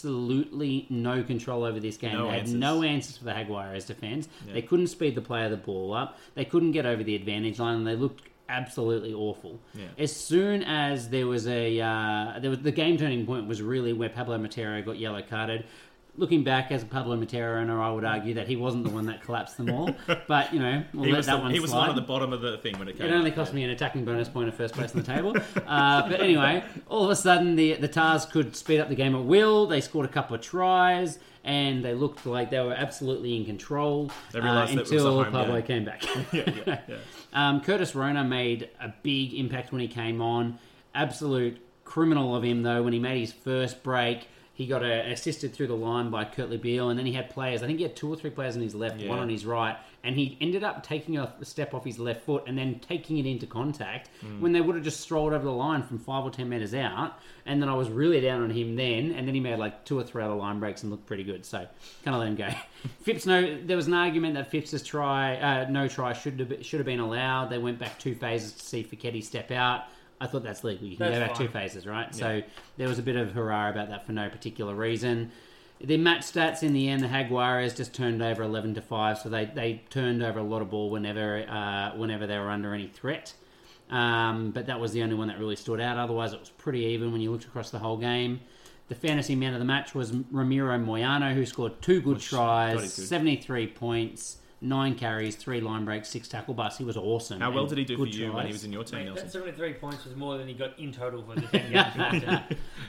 Speaker 5: absolutely no control over this game.
Speaker 4: No
Speaker 5: they had
Speaker 4: answers.
Speaker 5: no answers for the Jaguares defence. They couldn't speed the play of the ball up. They couldn't get over the advantage line, and they looked absolutely awful. As soon as there was a uh, there was the game turning point was really where Pablo Matera got yellow carded. Looking back as a Pablo Matera owner, I would argue that he wasn't the one that collapsed them
Speaker 4: (laughs)
Speaker 5: all. But you know, we'll
Speaker 4: He
Speaker 5: let
Speaker 4: was,
Speaker 5: that
Speaker 4: the,
Speaker 5: one
Speaker 4: he was the
Speaker 5: slide.
Speaker 4: one at the bottom of the thing when it came.
Speaker 5: It only cost me an attacking bonus point of first place on the table. Uh, but anyway, all of a sudden the the Tars could speed up the game at will. They scored a couple of tries and they looked like they were absolutely in control uh,
Speaker 4: They realised that it was a
Speaker 5: until
Speaker 4: home
Speaker 5: Pablo
Speaker 4: game.
Speaker 5: came back.
Speaker 4: (laughs) Yeah, yeah,
Speaker 5: (laughs)
Speaker 4: yeah.
Speaker 5: Um, Curtis Rona made a big impact when he came on. Absolute criminal of him, though, when he made his first break. He got uh, assisted through the line by Kurtley Beale, and then he had players. I think he had two or three players on his left, one
Speaker 4: Yeah.
Speaker 5: on his right, and he ended up taking a step off his left foot and then taking it into contact
Speaker 6: Mm.
Speaker 5: when they would have just strolled over the line from five or ten meters out. And then I was really down on him then, and then he made like two or three other line breaks and looked pretty good. So kind of let
Speaker 6: (laughs)
Speaker 5: him go. Phipps, no, there was an argument that Phipps's try, uh, no try should have should have been allowed. They went back two phases to see Fichetti step out. I thought that's legal. You can
Speaker 6: That's
Speaker 5: go back
Speaker 6: fine.
Speaker 5: two phases, right? So there was a bit of hurrah about that for no particular reason. The match stats in the end, the Jaguares just turned over eleven to five, so they, they turned over a lot of ball whenever uh, whenever they were under any threat. Um, but that was the only one that really stood out. Otherwise, it was pretty even when you looked across the whole game. The fantasy man of the match was Ramiro Moyano, who scored two good
Speaker 4: God,
Speaker 5: tries,
Speaker 4: he's good.
Speaker 5: seventy three points, nine carries, three line breaks, six tackle busts. He was awesome.
Speaker 4: How well
Speaker 5: and
Speaker 4: did he do for
Speaker 5: good
Speaker 4: you when he
Speaker 5: tries.
Speaker 4: was in your team,
Speaker 6: Mate, that
Speaker 4: Nelson?
Speaker 6: 73 points was more than he got in total for
Speaker 4: (laughs)
Speaker 6: the 10 games last year.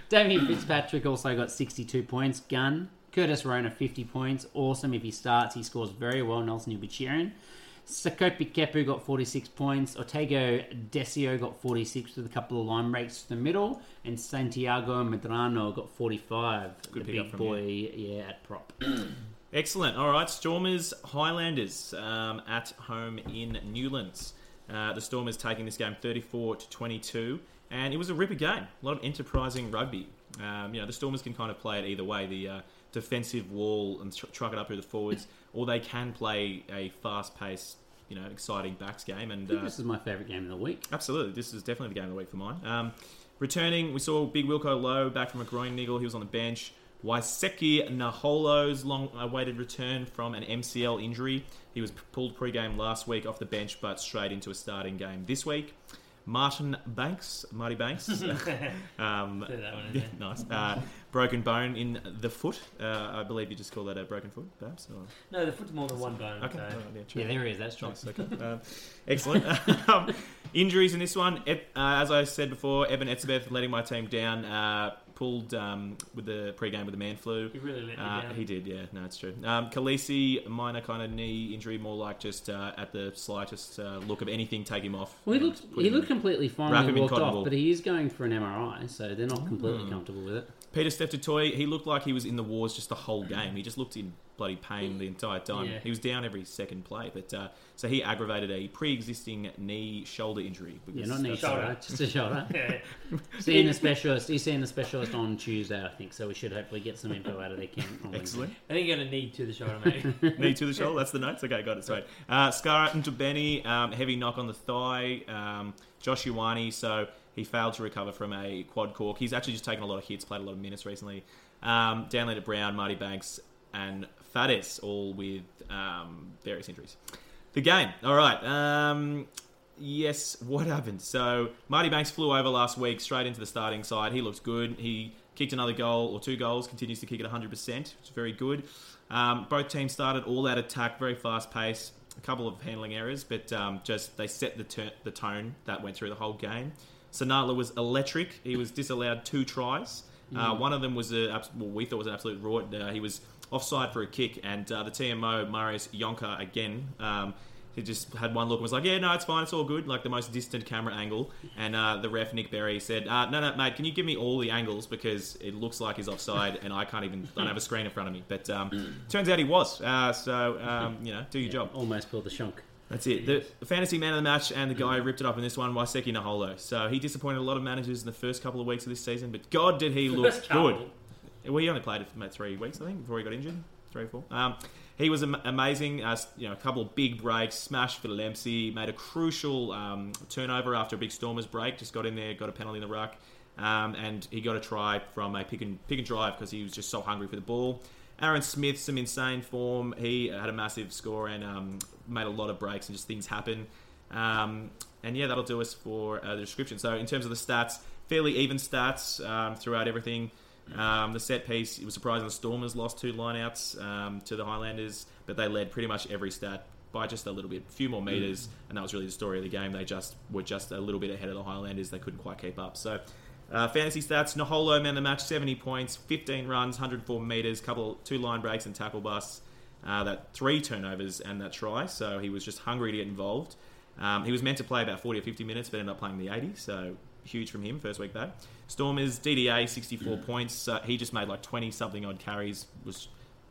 Speaker 5: Damien Fitzpatrick also got 62 points. Gun. Curtis Rona, 50 points. Awesome if he starts. He scores very well. Nelson, you'll be cheering. Sakopi Kepu got 46 points. Ortego Desio got 46 with a couple of line breaks to the middle. And Santiago Medrano got 45.
Speaker 4: Good
Speaker 5: the
Speaker 4: pickup
Speaker 5: big
Speaker 4: from
Speaker 5: boy, yeah, at prop.
Speaker 4: Excellent. All right, Stormers Highlanders um, at home in Newlands. Uh, the Stormers taking this game 34 to 22, and it was a ripper game. A lot of enterprising rugby. Um, you know, the Stormers can kind of play it either way. The uh, defensive wall and tr- truck it up through the forwards, or they can play a fast-paced, you know, exciting backs game. And
Speaker 5: I think
Speaker 4: uh,
Speaker 5: this is my favourite game of the week.
Speaker 4: Absolutely. This is definitely the game of the week for mine. Um, returning, we saw Big Wilco Low back from a groin niggle. He was on the bench. Waiseki Naholo's long awaited return from an MCL injury. He was pulled pre game last week off the bench, but straight into a starting game this week. Martin Banks, Marty Banks, (laughs) um, (laughs)
Speaker 6: Throw that one in
Speaker 4: yeah,
Speaker 6: there.
Speaker 4: nice. Uh, broken bone in the foot. Uh, I believe you just call that a broken foot, perhaps. Or,
Speaker 6: No, the foot's more than one bone.
Speaker 4: okay.
Speaker 6: so-
Speaker 4: all right, yeah, true.
Speaker 5: Yeah, there he is. That's strong.
Speaker 4: Nice, okay. Um, excellent. (laughs) um, injuries in this one, Ep- uh, as I said before, Evan Etzebeth letting my team down, uh, pulled um, with the pre-game with the man flu.
Speaker 6: He really let me
Speaker 4: Uh,
Speaker 6: down.
Speaker 4: he did, yeah, no, it's true. Um, Khaleesi, minor kind of knee injury, more like just uh, at the slightest uh, look of anything, take him off.
Speaker 5: Well, he
Speaker 4: and
Speaker 5: looked,
Speaker 4: put
Speaker 5: he
Speaker 4: him
Speaker 5: looked
Speaker 4: in.
Speaker 5: completely fine
Speaker 4: Wrap
Speaker 5: when
Speaker 4: him
Speaker 5: he
Speaker 4: in
Speaker 5: walked
Speaker 4: cotton
Speaker 5: off,
Speaker 4: wool.
Speaker 5: but he is going for an MRI, so they're not completely comfortable with it.
Speaker 4: Peter Steftatoy, he looked like he was in the wars just the whole game. He just looked in bloody pain the entire time.
Speaker 6: Yeah.
Speaker 4: He was down every second play, but uh, so he aggravated a pre-existing knee shoulder injury.
Speaker 5: Yeah,
Speaker 4: because
Speaker 5: not knee
Speaker 4: that's-
Speaker 5: shoulder,
Speaker 6: Shoulder.
Speaker 5: just a shoulder.
Speaker 6: Yeah.
Speaker 5: Seeing the specialist, he's seeing the specialist on Tuesday, I think. So we should hopefully get some info out of their camp. On Wednesday.
Speaker 4: Excellent.
Speaker 6: I think you're going to need to the shoulder, (laughs) mate.
Speaker 4: Knee to the shoulder. That's the notes. Okay, got it. Sorry. Uh, Scarra into Benny. Um, heavy knock on the thigh. Um, Josh Iwani. So he failed to recover from a quad cork. He's actually just taken a lot of hits, played a lot of minutes recently. Um, Dan Leonard Brown, Marty Banks, and Faddis, all with um, various injuries. The game. All right. Um, yes, what happened? So Marty Banks flew over last week straight into the starting side. He looks good. He kicked another goal or two goals, continues to kick at 100%, which is very good. Um, both teams started all out attack, very fast pace, a couple of handling errors, but um, just they set the, ter- the tone that went through the whole game. Sonala was electric. He was disallowed two tries. Uh, one of them was a, abs- well, we thought was an absolute rort. Uh, he was offside for a kick, and uh, the TMO Marius Yonker again. Um, he just had one look and was like, "Yeah, no, it's fine, it's all good." Like the most distant camera angle, and uh, the ref Nick Berry said, uh, "No, no, mate, can you give me all the angles because it looks like he's offside, and I can't even I don't have a screen in front of me." But um, turns out he was. Uh, so um, you know, do your job.
Speaker 5: Almost pulled the shunk.
Speaker 4: That's it. The the fantasy man of the match and the guy who ripped it up in this one, Waiseki Naholo. So he disappointed a lot of managers in the first couple of weeks of this season, but God, did he (laughs)
Speaker 6: (laughs)
Speaker 4: look
Speaker 6: First couple.
Speaker 4: good. Well, he only played it for about three weeks, I think, before he got injured. Three or four. Um, he was am- amazing. Uh, s- you know, a couple of big breaks, smash for Dempsey, made a crucial um, turnover after a big Stormers break. Just got in there, got a penalty in the ruck, um, and he got a try from a pick and pick and drive because he was just so hungry for the ball. Aaron Smith, some insane form. He had a massive score and um, made a lot of breaks and just things happen. Um, and yeah, that'll do us for uh, the description. So in terms of the stats, fairly even stats um, throughout everything. Um, the set piece, it was surprising the Stormers lost two lineouts um, to the Highlanders, but they led pretty much every stat by just a little bit, a few more meters, and that was really the story of the game. They just were just a little bit ahead of the Highlanders. They couldn't quite keep up. So, uh, fantasy stats: Naholo man of the match, seventy points, fifteen runs, hundred four meters, couple two line breaks and tackle busts, uh, that three turnovers and that try. So he was just hungry to get involved. Um, he was meant to play about 40 or 50 minutes, but ended up playing the 80, so huge from him, first week back. Stormers, DDA, 64 points. Uh, he just made like 20 something odd carries, was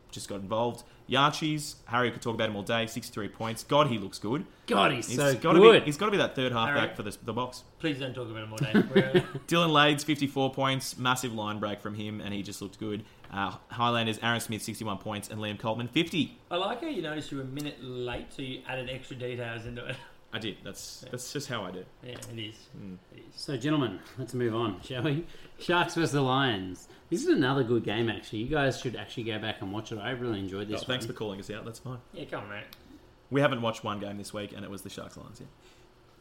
Speaker 4: just got involved. Yarchis, Harry could talk about him all day, 63 points. God, he looks good.
Speaker 5: God, he's,
Speaker 4: He's
Speaker 5: so
Speaker 4: gotta
Speaker 5: good.
Speaker 4: Be, he's got to be that third halfback
Speaker 6: Harry.
Speaker 4: for this, the box.
Speaker 6: Please don't talk about him all day. We're- uh,
Speaker 4: Dylan Lades, 54 points, massive line break from him, and he just looked good. Uh, Highlanders, Aaron Smith, 61 points, and Liam Coltman, 50.
Speaker 6: I like how you noticed you were a minute late, so you added extra details into it. (laughs)
Speaker 4: I did. That's that's just how I do.
Speaker 6: Yeah, it is.
Speaker 4: Mm.
Speaker 6: It is.
Speaker 5: So, gentlemen, let's move on, shall we? Sharks versus the Lions. This is another good game, actually. You guys should actually go back and watch it. I really enjoyed this.
Speaker 4: Oh, Thanks for
Speaker 5: one.
Speaker 4: calling us out. That's fine.
Speaker 6: Yeah, come on, mate.
Speaker 4: We haven't watched one game this week, and it was the Sharks Lions. Yeah.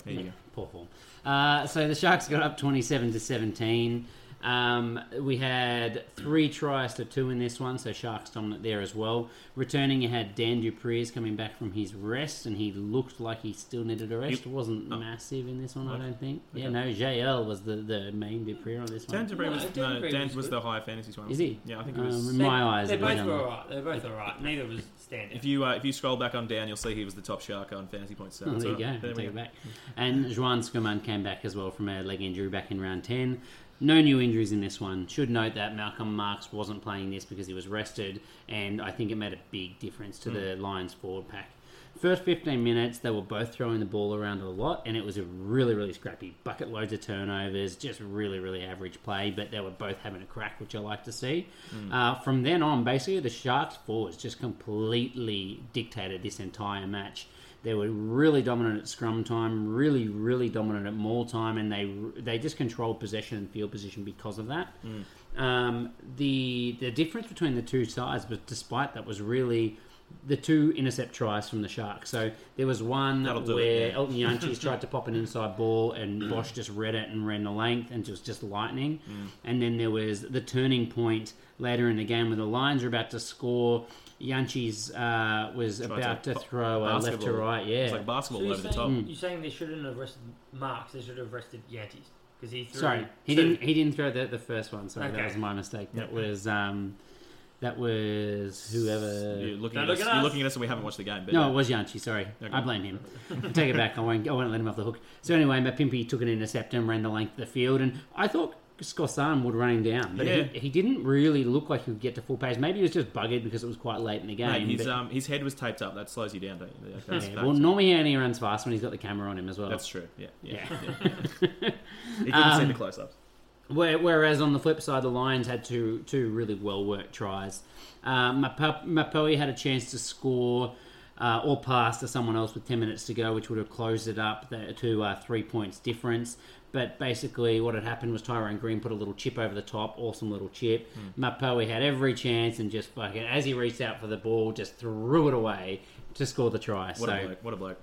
Speaker 4: There you go.
Speaker 5: Poor form. Uh, so the Sharks got up 27 to 17. Um, we had three tries to two in this one, so Sharks dominant there as well. Returning, you had Dan Dupreez coming back from his rest, and he looked like he still needed a rest.
Speaker 4: You-
Speaker 5: wasn't
Speaker 4: oh.
Speaker 5: massive in this one, I
Speaker 4: Okay.
Speaker 5: don't think. Yeah,
Speaker 4: Okay.
Speaker 5: no, JL was the, the main Dupreez on this
Speaker 4: Dan
Speaker 5: one.
Speaker 4: Debray
Speaker 6: No,
Speaker 4: was
Speaker 6: Dan
Speaker 4: no,
Speaker 6: Debray
Speaker 4: Dan
Speaker 6: was
Speaker 4: was
Speaker 6: good.
Speaker 4: the higher fantasy one.
Speaker 5: Is he?
Speaker 4: Yeah, I think it was.
Speaker 5: Um, in my eyes,
Speaker 6: they
Speaker 5: it was
Speaker 6: both
Speaker 5: on
Speaker 6: were
Speaker 5: the-
Speaker 6: alright. They both alright. Neither was standing.
Speaker 4: if you uh, if you scroll back on down, you'll see he was the top shark on fantasy points. So
Speaker 5: Oh,
Speaker 4: it's
Speaker 5: there you
Speaker 4: all
Speaker 5: go.
Speaker 4: right. There we
Speaker 5: take
Speaker 4: go.
Speaker 5: it back. And Juan Scoman came back as well from a leg injury back in round 10. No new injuries in this one. Should note that Malcolm Marks wasn't playing this because he was rested, and I think it made a big difference to
Speaker 4: Hmm.
Speaker 5: the Lions forward pack. First 15 minutes, they were both throwing the ball around a lot, and it was a really, really scrappy bucket loads of turnovers, just really, really average play, but they were both having a crack, which I like to see.
Speaker 4: Hmm.
Speaker 5: Uh, from then on, basically, the Sharks forwards just completely dictated this entire match. They were really dominant at scrum time, really, really dominant at maul time, and they they just controlled possession and field position because of that.
Speaker 4: Mm.
Speaker 5: Um, the the difference between the two sides, but despite that, was really the two intercept tries from the Sharks. So there was one
Speaker 4: That'll do it,
Speaker 5: where
Speaker 4: yeah. Mm.
Speaker 5: Elton
Speaker 4: (laughs)
Speaker 5: Yanchis tried to pop an inside ball, and Bosch just read it and ran the length, and just just lightning. And then there was the turning point later in the game where the Lions were about to score. Yanchis uh, was
Speaker 4: Tried
Speaker 5: about to,
Speaker 4: ba-
Speaker 5: throw a left to
Speaker 4: basketball.
Speaker 5: right. Yeah,
Speaker 4: It's like
Speaker 6: so
Speaker 4: basketball
Speaker 6: you're,
Speaker 4: over the
Speaker 6: saying,
Speaker 4: top.
Speaker 6: you're saying they shouldn't have rested Marks. They should have rested Yantis because he threw.
Speaker 5: Sorry, he
Speaker 6: two.
Speaker 5: didn't. He didn't throw the, the first one. Sorry, that
Speaker 6: Okay.
Speaker 5: was my mistake. That was um, that was
Speaker 4: You're
Speaker 5: Mm. whoever.
Speaker 4: looking,
Speaker 6: Don't
Speaker 4: at
Speaker 6: look
Speaker 4: us,
Speaker 6: at
Speaker 4: you're
Speaker 6: us.
Speaker 4: looking at us, and we haven't watched the game. But
Speaker 5: No,
Speaker 4: uh,
Speaker 5: it was Yanchi. Sorry,
Speaker 4: Okay.
Speaker 5: I blame him. Take it back. I won't. I won't let him off the hook. So anyway, Mapimpi took an intercept and ran the length of the field, and I thought. Scorsan would run him down, but
Speaker 4: Yeah.
Speaker 5: he, he didn't really look like he would get to full pace. Maybe he was just buggered because it was quite late in the game.
Speaker 4: mate, his
Speaker 5: but-
Speaker 4: um, his head was taped up. That slows you down, don't you? That's,
Speaker 5: yeah,
Speaker 4: that's,
Speaker 5: well, normally he only runs fast when he's got the camera on him as well.
Speaker 4: that's true. Yeah, yeah.
Speaker 5: yeah. Um,
Speaker 4: He couldn't see the close-ups.
Speaker 5: Where- Whereas on the flip side, the Lions had two two really well worked tries. Uh, Mapo- Mapoi had a chance to score uh, or pass to someone else with ten minutes to go, which would have closed it up there to uh, three points difference. But basically, what had happened was Tyrone Green put a little chip over the top, awesome little chip. Mapoi had every chance and just fucking as he reached out for the ball, just threw it away to score the try.
Speaker 4: What
Speaker 5: so
Speaker 4: a bloke! What a bloke!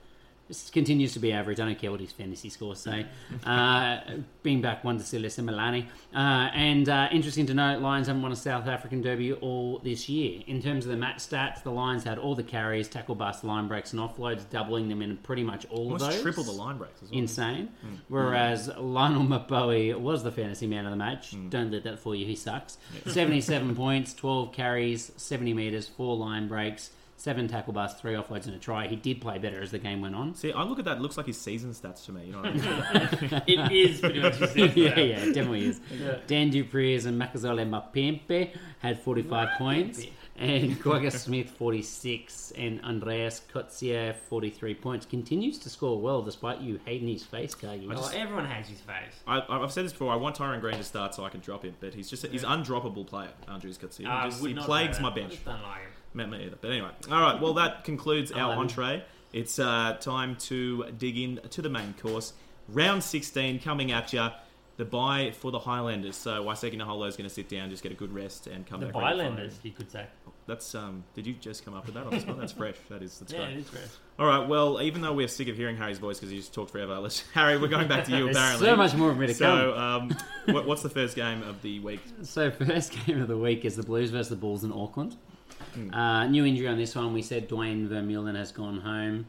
Speaker 5: This continues to be average. I don't care what his fantasy scores
Speaker 4: (laughs)
Speaker 5: say. Uh, being back one to Silas and Milani. Uh, and uh, interesting to note, Lions haven't won a South African derby all this year. In terms of the match stats, the Lions had all the carries, tackle busts, line breaks, and offloads, doubling them in pretty much all of
Speaker 4: Almost
Speaker 5: those.
Speaker 4: triple the line Hmm. breaks as well.
Speaker 5: Insane. Whereas Lionel Mapoe was the fantasy man of the match.
Speaker 4: Hmm.
Speaker 5: Don't let that fool you. He sucks. (laughs) 77 points, 12 carries, 70 metres, 4 line breaks, 7 tackle busts, 3 offloads and a try. He did play better as the game went on.
Speaker 4: See, I look at that. It looks like his season stats to me. You know what I
Speaker 6: (laughs)
Speaker 4: mean?
Speaker 6: It is pretty much (laughs) his name.
Speaker 5: (laughs) yeah, yeah, it definitely is. Dan Dupreez and Makazole Mapempe had 45 points. And Quagga Smith, 46. And Andreas Kotsia, 43 points. Continues to score well despite you hating his face, Kagi.
Speaker 6: Oh, everyone hates his face.
Speaker 4: I, I've said this before. I want Tyron Green to start so I can drop him, but he's just he's undroppable player. Andrews Kutsi.
Speaker 6: I Uh, would
Speaker 4: he
Speaker 6: not
Speaker 4: plagues
Speaker 6: say
Speaker 4: my
Speaker 6: that. I
Speaker 4: bench.
Speaker 6: just don't like him.
Speaker 4: Not me either. But anyway, all right. Well, that concludes our
Speaker 5: Aladdin.
Speaker 4: entree. It's uh, time to dig in to the main course. Round 16 coming at you. The bye for the Highlanders. So Waiseki Naholo is going to sit down, just get a good rest, and come
Speaker 6: The
Speaker 4: back. ready for-
Speaker 6: Bylanders, you could say.
Speaker 4: That's um. Did you just come up with that? on the spot? That's fresh. That is. That's
Speaker 6: Yeah,
Speaker 4: great.
Speaker 6: it is great.
Speaker 4: All right. Well, even though we're sick of hearing Harry's voice because he just talked forever, let's, (laughs) Harry, we're going back to you
Speaker 5: There's
Speaker 4: apparently.
Speaker 5: so much more of me to come.
Speaker 4: So, um, what, what's the first game of the week?
Speaker 5: So (laughs) first game of the week is the Blues versus the Bulls in Auckland. Uh, new injury on this one. We said Dwayne Vermeulen has gone home.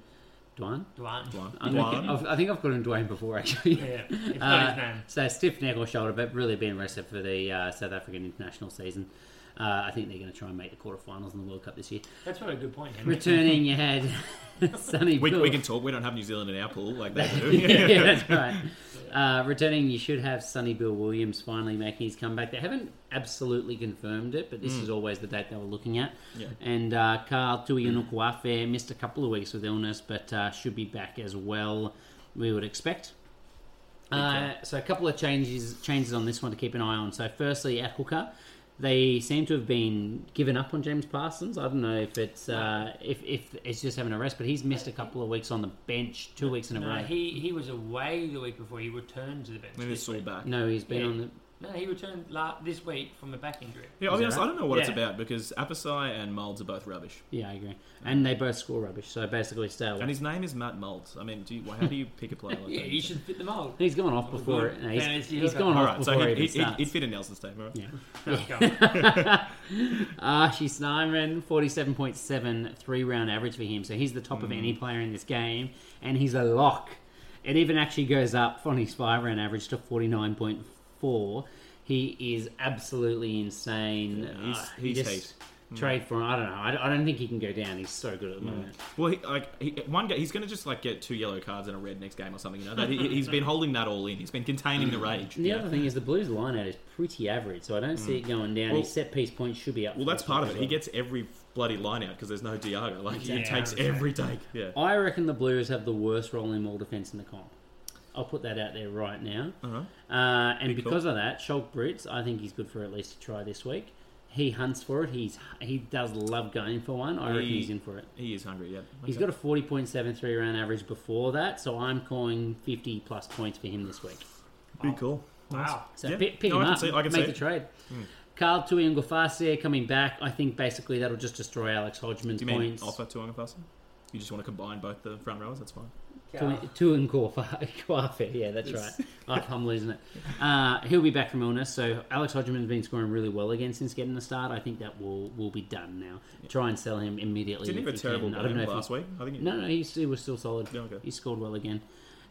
Speaker 5: Dwayne?
Speaker 6: Dwan.
Speaker 4: One.
Speaker 5: (laughs) I'm
Speaker 4: One.
Speaker 5: looking- I've- I think I've called him Dwayne before, actually.
Speaker 6: Yeah, it's
Speaker 5: Uh,
Speaker 6: not his name.
Speaker 5: So stiff neck or shoulder, but really being rested for the uh, South African international season. Uh, I think they're going to try and make the quarterfinals in the World Cup this year.
Speaker 6: That's what a good point, Henry.
Speaker 5: Returning, you had (laughs) Sonny
Speaker 4: We,
Speaker 5: Bill.
Speaker 4: we can talk. We don't have New Zealand in our pool like they
Speaker 5: (laughs)
Speaker 4: do. (laughs)
Speaker 5: yeah, that's right. Uh, returning, you should have Sonny Bill Williams finally making his comeback. They haven't absolutely confirmed it, but this is always the date they were looking at.
Speaker 4: Yeah.
Speaker 5: And uh, Carl Tuianukuafe missed a couple of weeks with illness, but uh, should be back as well, we would expect. Uh, so a couple of changes changes on this one to keep an eye on. So firstly, at hooker, they seem to have been given up on James Parsons. I don't know if it's uh, if, if it's just having a rest, but he's missed a couple of weeks on the bench, two weeks in a
Speaker 6: No,
Speaker 5: row.
Speaker 6: he, he was away the week before he returned to the bench.
Speaker 4: Maybe
Speaker 6: this
Speaker 4: it's all
Speaker 6: week.
Speaker 4: back.
Speaker 5: No, he's been
Speaker 6: Yeah.
Speaker 5: on the.
Speaker 6: No, he returned la- this week from a back injury.
Speaker 4: Yeah, I'll be honest, I don't know what it's
Speaker 6: Yeah.
Speaker 4: about because Apasai and Moulds are both rubbish.
Speaker 5: Yeah, I agree. And they both score rubbish, so basically stay away.
Speaker 4: And his name is Matt Moulds. I mean, do you, why- how do you pick a player
Speaker 5: (laughs)
Speaker 4: like
Speaker 6: Yeah,
Speaker 4: that?
Speaker 6: he should fit the (laughs) mold.
Speaker 5: He's gone off before.
Speaker 6: good.
Speaker 5: No, he's,
Speaker 6: Fantasy
Speaker 5: he's
Speaker 6: hooker.
Speaker 5: gone
Speaker 4: All
Speaker 5: off
Speaker 4: right,
Speaker 5: before
Speaker 4: so
Speaker 5: he
Speaker 4: he,
Speaker 5: even
Speaker 4: he, he,
Speaker 5: starts.
Speaker 4: he'd fit in Nelson's team, all right?
Speaker 5: Yeah. Ah,
Speaker 6: Go.
Speaker 5: Archie Snyman, 47.7 three round average for him. So he's the top of
Speaker 4: Mm.
Speaker 5: any player in this game, and he's a lock. It even actually goes up on his five round average to 49.4. He is absolutely insane.
Speaker 4: he's-
Speaker 5: Uh, you
Speaker 4: he's Mm.
Speaker 5: just
Speaker 4: hate.
Speaker 5: Trade for him. I don't know. I, I don't think he can go down. He's so good at the
Speaker 4: Mm.
Speaker 5: moment.
Speaker 4: Well, he, like he, one, ga- he's going to just like get two yellow cards and a red next game or something. You know, that he, he's been holding that all in. He's been containing the
Speaker 5: And
Speaker 4: rage.
Speaker 5: Hmm. the
Speaker 4: you know?
Speaker 5: other thing is the Blues lineout is pretty average, so I don't see it going down.
Speaker 4: Mm. Well-
Speaker 5: his set piece point should be up.
Speaker 4: Well,
Speaker 5: for
Speaker 4: that's
Speaker 5: this
Speaker 4: part
Speaker 5: one
Speaker 4: of it.
Speaker 5: as
Speaker 4: He
Speaker 5: well.
Speaker 4: gets every bloody line out because there's no Diago. Like, he
Speaker 6: Yeah,
Speaker 4: takes
Speaker 6: I understand.
Speaker 4: every take. Yeah.
Speaker 5: I reckon the Blues have the worst rolling ball defense in the comp. I'll put that out there right now.
Speaker 4: Uh-huh.
Speaker 5: Uh, and
Speaker 4: Be cool.
Speaker 5: because of that, Shulk Brits, I think he's good for at least a try this week. He hunts for it. He's he does love going for one. I reckon
Speaker 4: He-
Speaker 5: he's in for it.
Speaker 4: He is hungry, yeah.
Speaker 5: He's got a forty point seven three round average before that, so I'm calling fifty plus points for him this week.
Speaker 4: Be cool. (laughs)
Speaker 6: wow.
Speaker 5: So
Speaker 4: Yeah.
Speaker 5: pi- pick,
Speaker 4: No,
Speaker 5: him
Speaker 4: I can
Speaker 5: up,
Speaker 4: see- I can
Speaker 5: make the
Speaker 4: see it. Hmm.
Speaker 5: trade. Carl Tuiungofase coming back. I think basically that'll just destroy Alex Hodgman's
Speaker 4: Do you mean
Speaker 5: points.
Speaker 4: offer to Angafasa? You just want to combine both the front rowers? That's fine.
Speaker 5: Oh, Tu- Tuiungofase, (laughs) yeah, that's right. Oh, I'm losing it. Uh, he'll be back from illness, so Alex Hodgman's been scoring really well again since getting the start. I think that will will be done now. Try and sell him immediately.
Speaker 4: Didn't he
Speaker 5: if
Speaker 4: have a
Speaker 5: you
Speaker 4: terrible
Speaker 5: can. I don't
Speaker 4: game
Speaker 5: know if he-
Speaker 4: last week? I think he,
Speaker 5: No, no, he, he was still solid.
Speaker 4: Yeah, okay.
Speaker 5: He scored well again.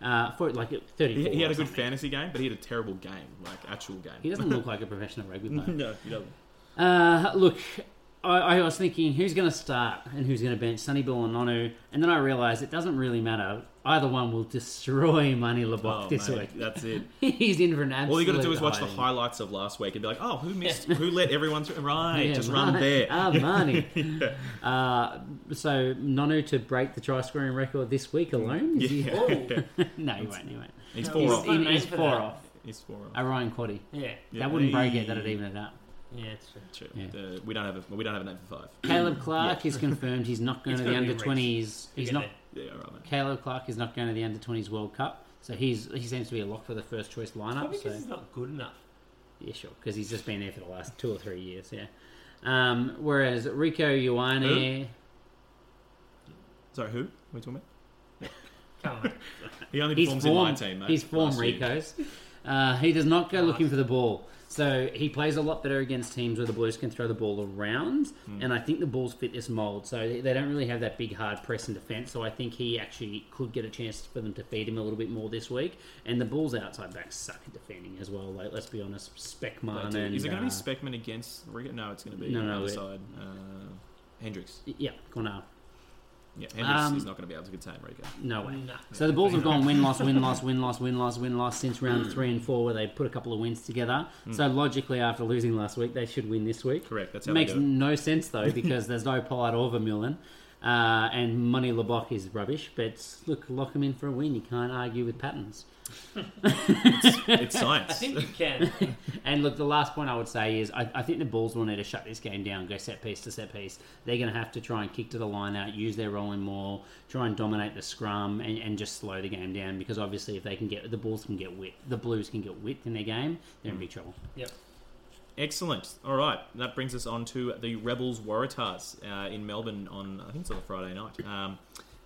Speaker 5: Uh, for like thirty.
Speaker 4: he, he had
Speaker 5: (laughs)
Speaker 4: a good fantasy game, but he had a terrible game, like actual game.
Speaker 5: He
Speaker 4: (laughs)
Speaker 5: doesn't look like a professional rugby player.
Speaker 4: no,
Speaker 5: (laughs)
Speaker 4: he doesn't.
Speaker 5: Uh, look, I, I was thinking who's going to start and who's going to bench Sunny Bill and Nonu, and then I realised it doesn't really matter. Either one will destroy (laughs) Money Lebok
Speaker 4: Oh,
Speaker 5: this
Speaker 4: mate,
Speaker 5: week. (laughs)
Speaker 4: that's it.
Speaker 5: He's in for an absolute.
Speaker 4: All you got to do is watch the
Speaker 5: hiding.
Speaker 4: highlights of last week and be like, oh, who missed? who let everyone through? Right,
Speaker 5: Yeah,
Speaker 4: just
Speaker 5: Mane.
Speaker 4: run there. (laughs)
Speaker 5: Ah, Mane. uh, so Nonu to break the try scoring record this week alone? Is he-
Speaker 4: Yeah.
Speaker 6: Oh,
Speaker 5: (laughs) no, he won't. He won't.
Speaker 4: (laughs) He's
Speaker 6: No,
Speaker 4: four
Speaker 5: He's,
Speaker 4: off.
Speaker 6: Got a
Speaker 5: he-
Speaker 6: name
Speaker 5: he's
Speaker 6: for
Speaker 5: four
Speaker 6: that.
Speaker 5: off.
Speaker 4: He's four off.
Speaker 5: Orion Quaddy.
Speaker 6: yeah.
Speaker 4: Yeah.
Speaker 5: That wouldn't break it.
Speaker 4: Hey.
Speaker 5: That'd even it
Speaker 4: (laughs)
Speaker 5: up.
Speaker 6: Yeah, it's true.
Speaker 4: True.
Speaker 5: Yeah.
Speaker 4: Uh, we don't have a we don't have a name for five.
Speaker 5: Caleb Clark is confirmed. He's not going
Speaker 6: He's
Speaker 5: to the
Speaker 6: gonna be
Speaker 5: under
Speaker 6: rich.
Speaker 5: twenties. He's
Speaker 6: Get
Speaker 5: not
Speaker 6: there.
Speaker 4: Yeah, all right, mate.
Speaker 5: Caleb Clark is not going to the Under 20s World Cup, so he's he seems to be a lock for the first choice lineup.
Speaker 6: Probably
Speaker 5: So
Speaker 6: because he's not good enough.
Speaker 5: yeah, sure, because he's just been there for the last two or three years. Yeah. Um, whereas Rico Ioane,
Speaker 4: Sorry, who? Are we talking about?
Speaker 6: Come on.
Speaker 4: (laughs) He only
Speaker 5: His
Speaker 4: performs in my
Speaker 5: form,
Speaker 4: team, mate.
Speaker 5: his form
Speaker 4: Last year.
Speaker 5: Rico's. Uh, he does not go looking for the ball. So he plays a lot better against teams where the Blues can throw the ball around,
Speaker 4: Hmm.
Speaker 5: and I think the Bulls fit this mold. So they they don't really have that big hard press and defense. So I think he actually could get a chance for them to feed him a little bit more this week. And the Bulls outside backs suck at defending as well. Like let's be honest, Speckman
Speaker 4: Dude,
Speaker 5: and
Speaker 4: Is it going to
Speaker 5: uh,
Speaker 4: be Speckman against Riga? No, it's going to be
Speaker 5: No,
Speaker 4: on the
Speaker 5: no,
Speaker 4: other
Speaker 5: it-
Speaker 4: side. Uh, Hendricks.
Speaker 5: yeah, Connor.
Speaker 4: Yeah, Hendricks
Speaker 5: Um,
Speaker 4: is not going to be able to contain Riga.
Speaker 5: No way.
Speaker 6: No.
Speaker 5: So the Bulls have gone win loss win loss win loss win loss win loss since round three and four, where they put a couple of wins together. So logically, after losing last week, they should win this week.
Speaker 4: Mm. Correct, that's how they
Speaker 5: makes
Speaker 4: do it.
Speaker 5: no sense though because there's no Pollard or Vermeulen, uh, and Money Lebok is rubbish. But look, lock him in for a win. You can't argue with patterns. (laughs)
Speaker 4: It's science.
Speaker 6: I think you
Speaker 4: (laughs)
Speaker 6: can.
Speaker 5: And look, the last point I would say is I, I think the Bulls will need to shut this game down, go set piece to set piece. They're going to have to try and kick to the line out, use their rolling more, try and dominate the scrum, and, and just slow the game down. Because obviously, if they can get the Bulls can get width, the Blues can get width in their game, they're in big trouble.
Speaker 6: Yep.
Speaker 4: Excellent. All right, that brings us on to the Rebels Waratahs uh, in Melbourne on I think it's on a Friday night. Um,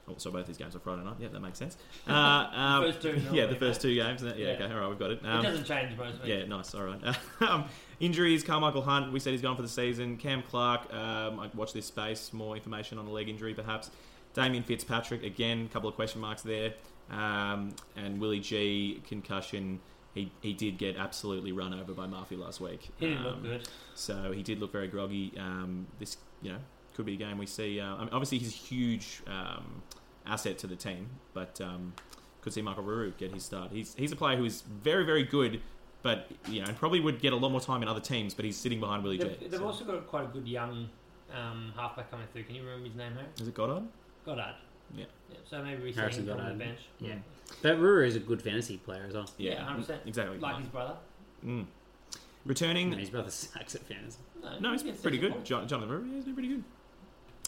Speaker 4: oh, so both these games are Friday night. Yeah, that makes sense.
Speaker 5: (laughs)
Speaker 4: Uh, um,
Speaker 6: first two,
Speaker 4: yeah,
Speaker 6: normally,
Speaker 4: the first two games. Yeah,
Speaker 6: Yeah.
Speaker 4: okay, all right, we've got it.
Speaker 6: It
Speaker 4: Um,
Speaker 6: doesn't change most weeks.
Speaker 4: yeah, nice. All right. (laughs) um, injuries: Carmichael Hunt. We said he's gone for the season. Cam Clark. Um, I watch this space. More information on the leg injury, perhaps. Damien Fitzpatrick. Again, a couple of question marks there. Um, and Willie G. Concussion. He, he did get absolutely run over by Murphy last week.
Speaker 6: He didn't
Speaker 4: Um,
Speaker 6: look good.
Speaker 4: so he did look very groggy. Um, this, you know, could be a game we see. Uh, I mean, obviously, he's a huge um, asset to the team, but um, could see Michael Ruru get his start. He's he's a player who is very very good, but you know, and probably would get a lot more time in other teams. But he's sitting behind Willie J.
Speaker 6: They've, they've also got quite a good young um, halfback coming through. Can you remember his name, Harry?
Speaker 4: Is it Goddard?
Speaker 6: Goddard.
Speaker 4: Yeah.
Speaker 6: yeah so maybe we see
Speaker 5: Harrison
Speaker 6: him from the
Speaker 5: Goddard.
Speaker 6: bench.
Speaker 5: Yeah, but Ruru is a good fantasy player as well.
Speaker 6: Yeah, 100%.
Speaker 4: Exactly.
Speaker 6: Like his brother.
Speaker 4: Mm.
Speaker 5: And
Speaker 4: Returning,
Speaker 5: his brother sucks at fantasy.
Speaker 4: No, he's
Speaker 6: he
Speaker 4: been
Speaker 6: gets
Speaker 4: pretty
Speaker 6: decent
Speaker 4: good.
Speaker 6: points.
Speaker 4: John, Jonathan River, yeah, he's been pretty good.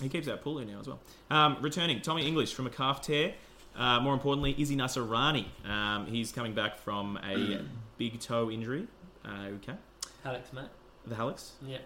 Speaker 4: He keeps that pull in now as well. Um, returning, Tommy English from a calf tear. Uh, more importantly, Izzy Nasarani. Um, he's coming back from
Speaker 6: (clears throat)
Speaker 4: a big toe injury. Uh, okay.
Speaker 6: Alex, Matt.
Speaker 4: The Hallux,
Speaker 6: Yeah.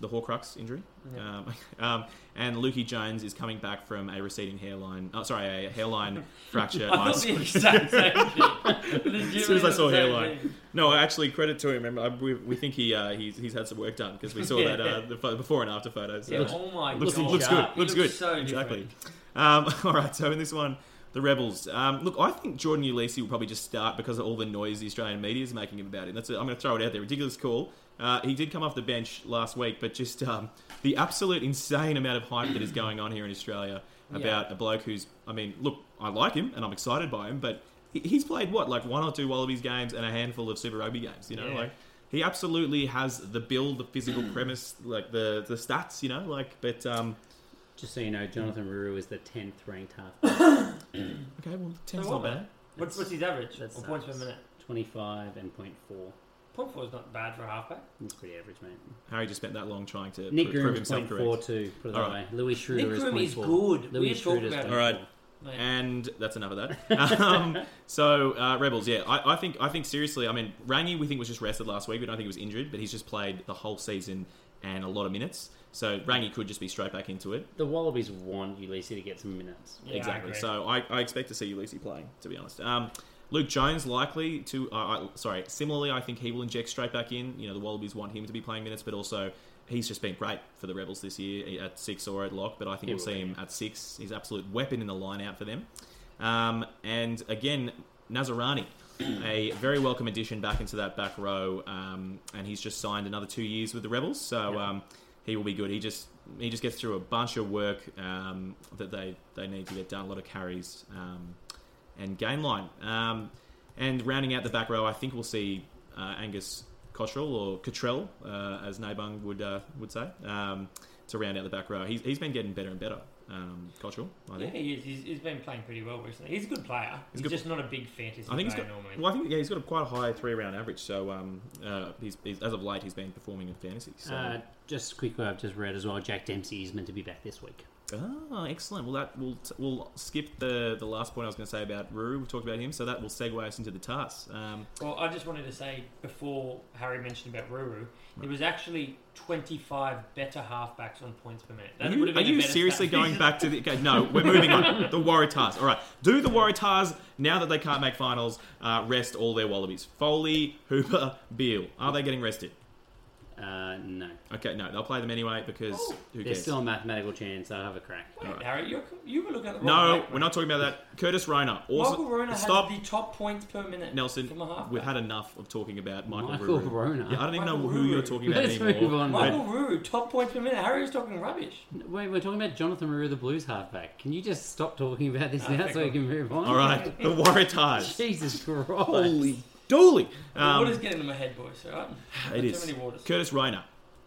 Speaker 4: the Horcrux injury.
Speaker 6: Yeah.
Speaker 4: Um, (laughs) um, and Lukey Jones is coming back from a receding hairline. Oh, sorry, a
Speaker 6: (laughs)
Speaker 4: hairline fracture.
Speaker 6: I thought
Speaker 4: Nice.
Speaker 6: the exact same
Speaker 4: (laughs)
Speaker 6: thing.
Speaker 4: As soon as I saw
Speaker 6: Legitimately the same
Speaker 4: hairline,
Speaker 6: thing.
Speaker 4: no, actually, credit to him. Remember, I, we, we think he uh, he's, he's had some work done because we saw
Speaker 6: (laughs) Yeah.
Speaker 4: that uh, the pho- before and after photos.
Speaker 6: Yeah,
Speaker 4: So-
Speaker 6: oh my
Speaker 4: looks,
Speaker 6: god.
Speaker 4: looks good.
Speaker 5: sharp.
Speaker 6: He
Speaker 4: Looks good.
Speaker 6: looks so
Speaker 4: exactly.
Speaker 6: different.
Speaker 4: Um, (laughs) all right. So in this one, the Rebels. Um, look, I think Jordan Ulysses will probably just start because of all the noise the Australian media is making him about it. That's it. I'm going to throw it out there. Ridiculous call. Uh, he did come off the bench last week, but just um, the absolute insane amount of hype that is going on here in Australia about a bloke who's. I mean, look, I like him and I'm excited by him, but he- he's played what like one or two Wallabies games and a handful of Super Rugby games. You know,
Speaker 6: Yeah.
Speaker 4: like. He absolutely has the build, the physical premise, like the the stats, you know, like. But um,
Speaker 5: Just so you know, Jonathan Ruru is the tenth ranked half.
Speaker 4: Okay, well, ten's
Speaker 6: So
Speaker 4: not
Speaker 6: what,
Speaker 4: bad.
Speaker 6: mate? What's, what's his average? Or points per minute?
Speaker 5: Twenty five and point four.
Speaker 6: Point four is not bad for a halfback.
Speaker 5: It's pretty average, mate.
Speaker 4: Harry just spent that long trying to
Speaker 5: Nick
Speaker 4: pro- prove
Speaker 5: Groom's
Speaker 4: himself
Speaker 5: point
Speaker 4: correct.
Speaker 5: four two. Put it
Speaker 4: All
Speaker 5: that
Speaker 4: right.
Speaker 5: way. Louis Schroeder
Speaker 6: Nick
Speaker 5: is
Speaker 6: Groom
Speaker 5: point
Speaker 6: is
Speaker 5: four.
Speaker 6: good. We
Speaker 5: Louis
Speaker 6: are talking
Speaker 5: Schroeder's
Speaker 6: about
Speaker 5: point
Speaker 6: him.
Speaker 4: All right,
Speaker 5: four.
Speaker 6: Mate.
Speaker 4: and that's enough of that. um, so uh, rebels, yeah, I, I think I think seriously, I mean, Rangi we think was just rested last week. We don't think he was injured, but he's just played the whole season and a lot of minutes. So Rangi could just be straight back into it.
Speaker 5: The Wallabies want Ulysses to get some minutes.
Speaker 6: Yeah, I
Speaker 4: exactly.
Speaker 6: agree.
Speaker 4: so I, I expect to see Ulysses playing, to be honest. Um, Luke Jones likely to. Uh, I, sorry. Similarly, I think he will inject straight back in. You know, the Wallabies want him to be playing minutes, but also he's just been great for the Rebels this year at six or at lock. But I
Speaker 5: He
Speaker 4: think we'll
Speaker 5: will
Speaker 4: see
Speaker 5: be,
Speaker 4: him at six. He's an absolute weapon in the line out for them. Um, and again, Nazarani, (clears throat) a very welcome addition back into that back row, um, and he's just signed another two years with the Rebels, so
Speaker 5: Yeah.
Speaker 4: um, he will be good. He just he just gets through a bunch of work um, that they they need to get done, a lot of carries um, and game line, um, and rounding out the back row, I think we'll see uh, Angus Cottrell or Cottrell, uh, as Nabung would uh, would say, um, to round out the back row. He's, he's been getting better and better. Um, Cottrell, I
Speaker 6: Yeah,
Speaker 4: think.
Speaker 6: he is. He's, he's been playing pretty well recently. He's a good player. He's,
Speaker 4: good-
Speaker 6: just not a big fantasy
Speaker 4: I think he's
Speaker 6: player
Speaker 4: got.
Speaker 6: normally.
Speaker 4: Well, I think yeah, he's got a quite a high three round average. So um, uh, he's, he's as of late he's been performing in fantasy. So
Speaker 5: Uh, just quickly, I've just read as well. Jack Dempsey is meant to be back this week.
Speaker 4: Ah, excellent. Well, that will t- we'll skip the the last point I was going to say about Ruru. We've talked about him, so that will segue us into the TAS. Um,
Speaker 6: Well, I just wanted to say before Harry mentioned about Ruru, there was actually 25 better halfbacks on points per minute. That
Speaker 4: Are you,
Speaker 6: would have
Speaker 4: are
Speaker 6: been a
Speaker 4: you
Speaker 6: better (laughs)
Speaker 4: seriously
Speaker 6: stat.
Speaker 4: going back to the? Okay, no, we're moving
Speaker 6: (laughs)
Speaker 4: on. The Waratahs. All right, do the Waratahs now that they can't make finals uh, rest all their Wallabies? Foley, Hooper, Beal. Are they getting rested?
Speaker 5: Uh, no.
Speaker 4: Okay, no, they'll play them anyway because
Speaker 6: Oh,
Speaker 4: who
Speaker 5: There's
Speaker 4: cares?
Speaker 5: still a mathematical chance. I'll have a crack.
Speaker 6: Wait, Harry, you're, you were looking at the wrong
Speaker 4: No,
Speaker 6: back,
Speaker 4: we're
Speaker 6: mate.
Speaker 4: not talking about that. Curtis Rona. Also,
Speaker 6: Michael Rona
Speaker 4: stop,
Speaker 6: had the top points per minute.
Speaker 4: Nelson.
Speaker 6: from a halfback.
Speaker 4: We've had enough of talking about Michael,
Speaker 5: Michael
Speaker 4: Ruru.
Speaker 5: Rona.
Speaker 4: Yeah, I don't even know
Speaker 6: Michael
Speaker 4: who you're
Speaker 6: Ruru.
Speaker 4: talking about
Speaker 5: Let's
Speaker 4: anymore.
Speaker 5: move on.
Speaker 4: But-
Speaker 6: Michael Ruru, top points per minute. Harry was talking rubbish.
Speaker 4: Um,
Speaker 5: Wait, we're talking about Jonathan Maru, the Blues halfback. Can you just stop talking about this now
Speaker 6: okay,
Speaker 5: so we
Speaker 6: cool.
Speaker 5: can move on?
Speaker 4: All right, the Waratahs. (laughs)
Speaker 5: Jesus Christ.
Speaker 4: Holy dooly. Um,
Speaker 6: Water's getting in my head, boys. All right.
Speaker 4: It
Speaker 6: Too
Speaker 4: is.
Speaker 6: many waters.
Speaker 4: Curtis Rayner.